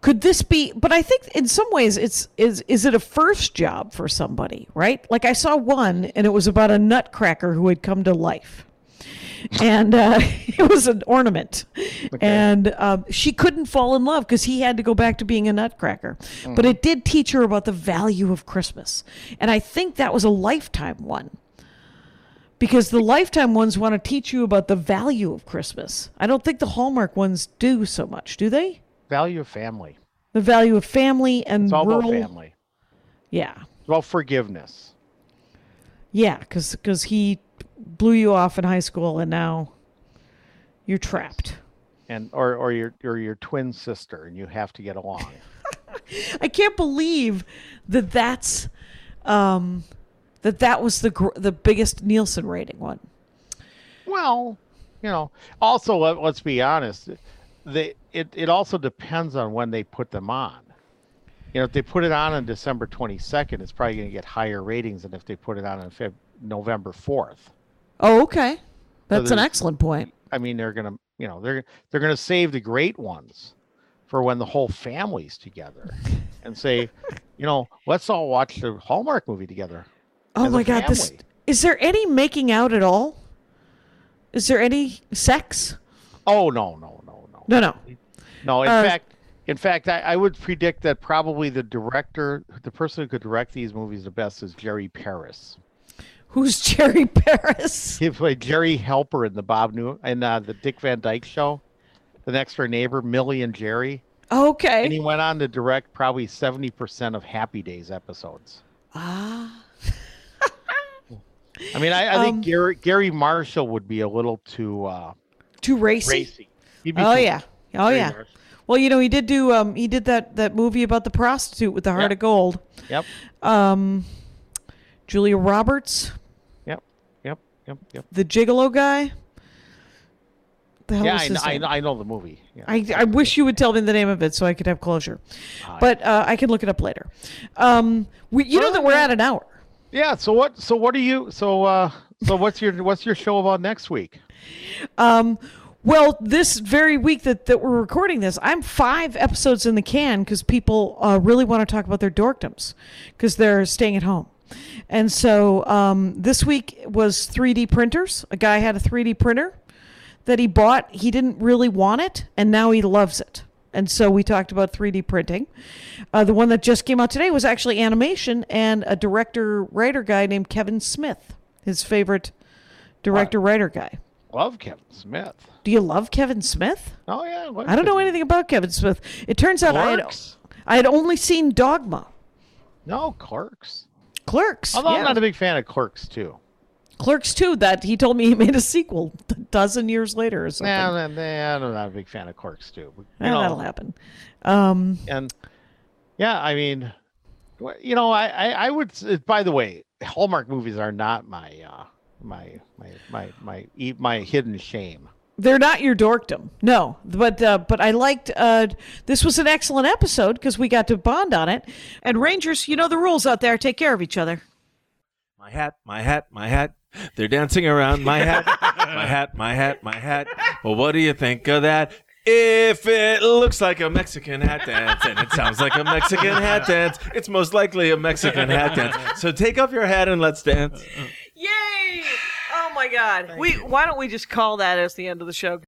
E: could this be but i think in some ways it's is is it a first job for somebody right like i saw one and it was about a nutcracker who had come to life and uh, it was an ornament and um, she couldn't fall in love because he had to go back to being a nutcracker but it did teach her about the value of christmas and i think that was a lifetime one because the lifetime ones want to teach you about the value of christmas i don't think the hallmark ones do so much do they
D: Value of family.
E: the value of family and
D: It's all
E: rural
D: about family.
E: yeah
D: It's about forgiveness.
E: yeah because he blew you off in high school and now you're trapped
D: And or or your or your twin sister and you have to get along.
E: i can't believe that that's um that that was the gr- the biggest nielsen rating one
D: Well, you know, also let, let's be honest, they it, it also depends on when they put them on. You know, if they put it on on December 22nd, it's probably going to get higher ratings than if they put it on on Feb- November 4th.
E: oh okay that's an
D: there's-
E: excellent point
D: I mean, they're going to, you know, they're they're going to save the great ones for when the whole family's together and say, you know, let's all watch the Hallmark movie together.
E: oh
D: as a
E: my god this
D: family.
E: is there any making out at all is there any sex
D: Oh, no, no, no, no.
E: no no
D: No, in
E: Uh,
D: fact, in fact, I, I would predict that probably the director, the person who could direct these movies the best, is Jerry Paris.
E: who's jerry paris
D: He played Jerry Helper in the Bob New and uh, the Dick Van Dyke Show, The Next Door Neighbor, Millie and Jerry,
E: okay
D: and he went on to direct probably seventy percent of Happy Days episodes.
E: ah
D: I mean, I, I think
E: Um,
D: Gary, Gary Marshall would be a little too uh,
E: too racy
D: racy. He'd be
E: oh
D: too-
E: yeah oh
D: Very
E: yeah
D: racy.
E: well you know he did do um he did that that movie about the prostitute with the heart
D: Yeah.
E: of gold
D: Yep.
E: um julia roberts
D: Yep. Yep. Yep. Yep.
E: the gigolo guy the hell
D: yeah,
E: Oh, is
D: I,
E: his
D: I,
E: name?
D: I know the movie. Yeah.
E: I, I wish you would tell me the name of it so I could have closure, but uh, I can look it up later. Um, we, you know that we're at an hour.
D: yeah. So what? So what are you? So uh, so what's your what's your show about next week?
E: Um, well, this very week that, that we're recording this, I'm five episodes in the can because people uh, really want to talk about their dorkdoms because they're staying at home. And so um, this week was 3D printers. A guy had a 3D printer that he bought. He didn't really want it, and now he loves it. And so we talked about 3D printing. Uh, the one that just came out today was actually animation and a director writer guy named Kevin Smith, his favorite director writer guy.
D: Love Kevin Smith.
E: Do you love Kevin Smith?
D: Oh yeah. what
E: I don't know
D: could-
E: anything about Kevin Smith. It turns out I had,
D: Clerks?
E: I had only seen Dogma,
D: No, Clerks.
E: Clerks,
D: Although
E: yeah.
D: I'm not a big fan of Clerks too.
E: Clerks too. That he told me he made a sequel a dozen years later or something.
D: Nah, nah, nah, I'm not a big fan of Clerks too. But, you
E: Eh,
D: know,
E: that'll happen. Um,
D: and yeah, I mean, wh- you know, I, I, I would. s- By the way, Hallmark movies are not my, uh, my, my, my, my, e- my hidden shame.
E: they're not your dorkdom, no. But uh, but I liked. Uh, this was an excellent episode because we got to bond on it. And Rangers, you know the rules out there. Take care of each other.
F: My hat, my hat, my hat. They're dancing around my hat, my hat, my hat, my hat. Well, what do you think of that? If it looks like a Mexican hat dance and it sounds like a Mexican hat dance, it's most likely a Mexican hat dance. So take off your hat and let's dance.
E: Yay! Oh my God. we why don't we just call that as the end of the show?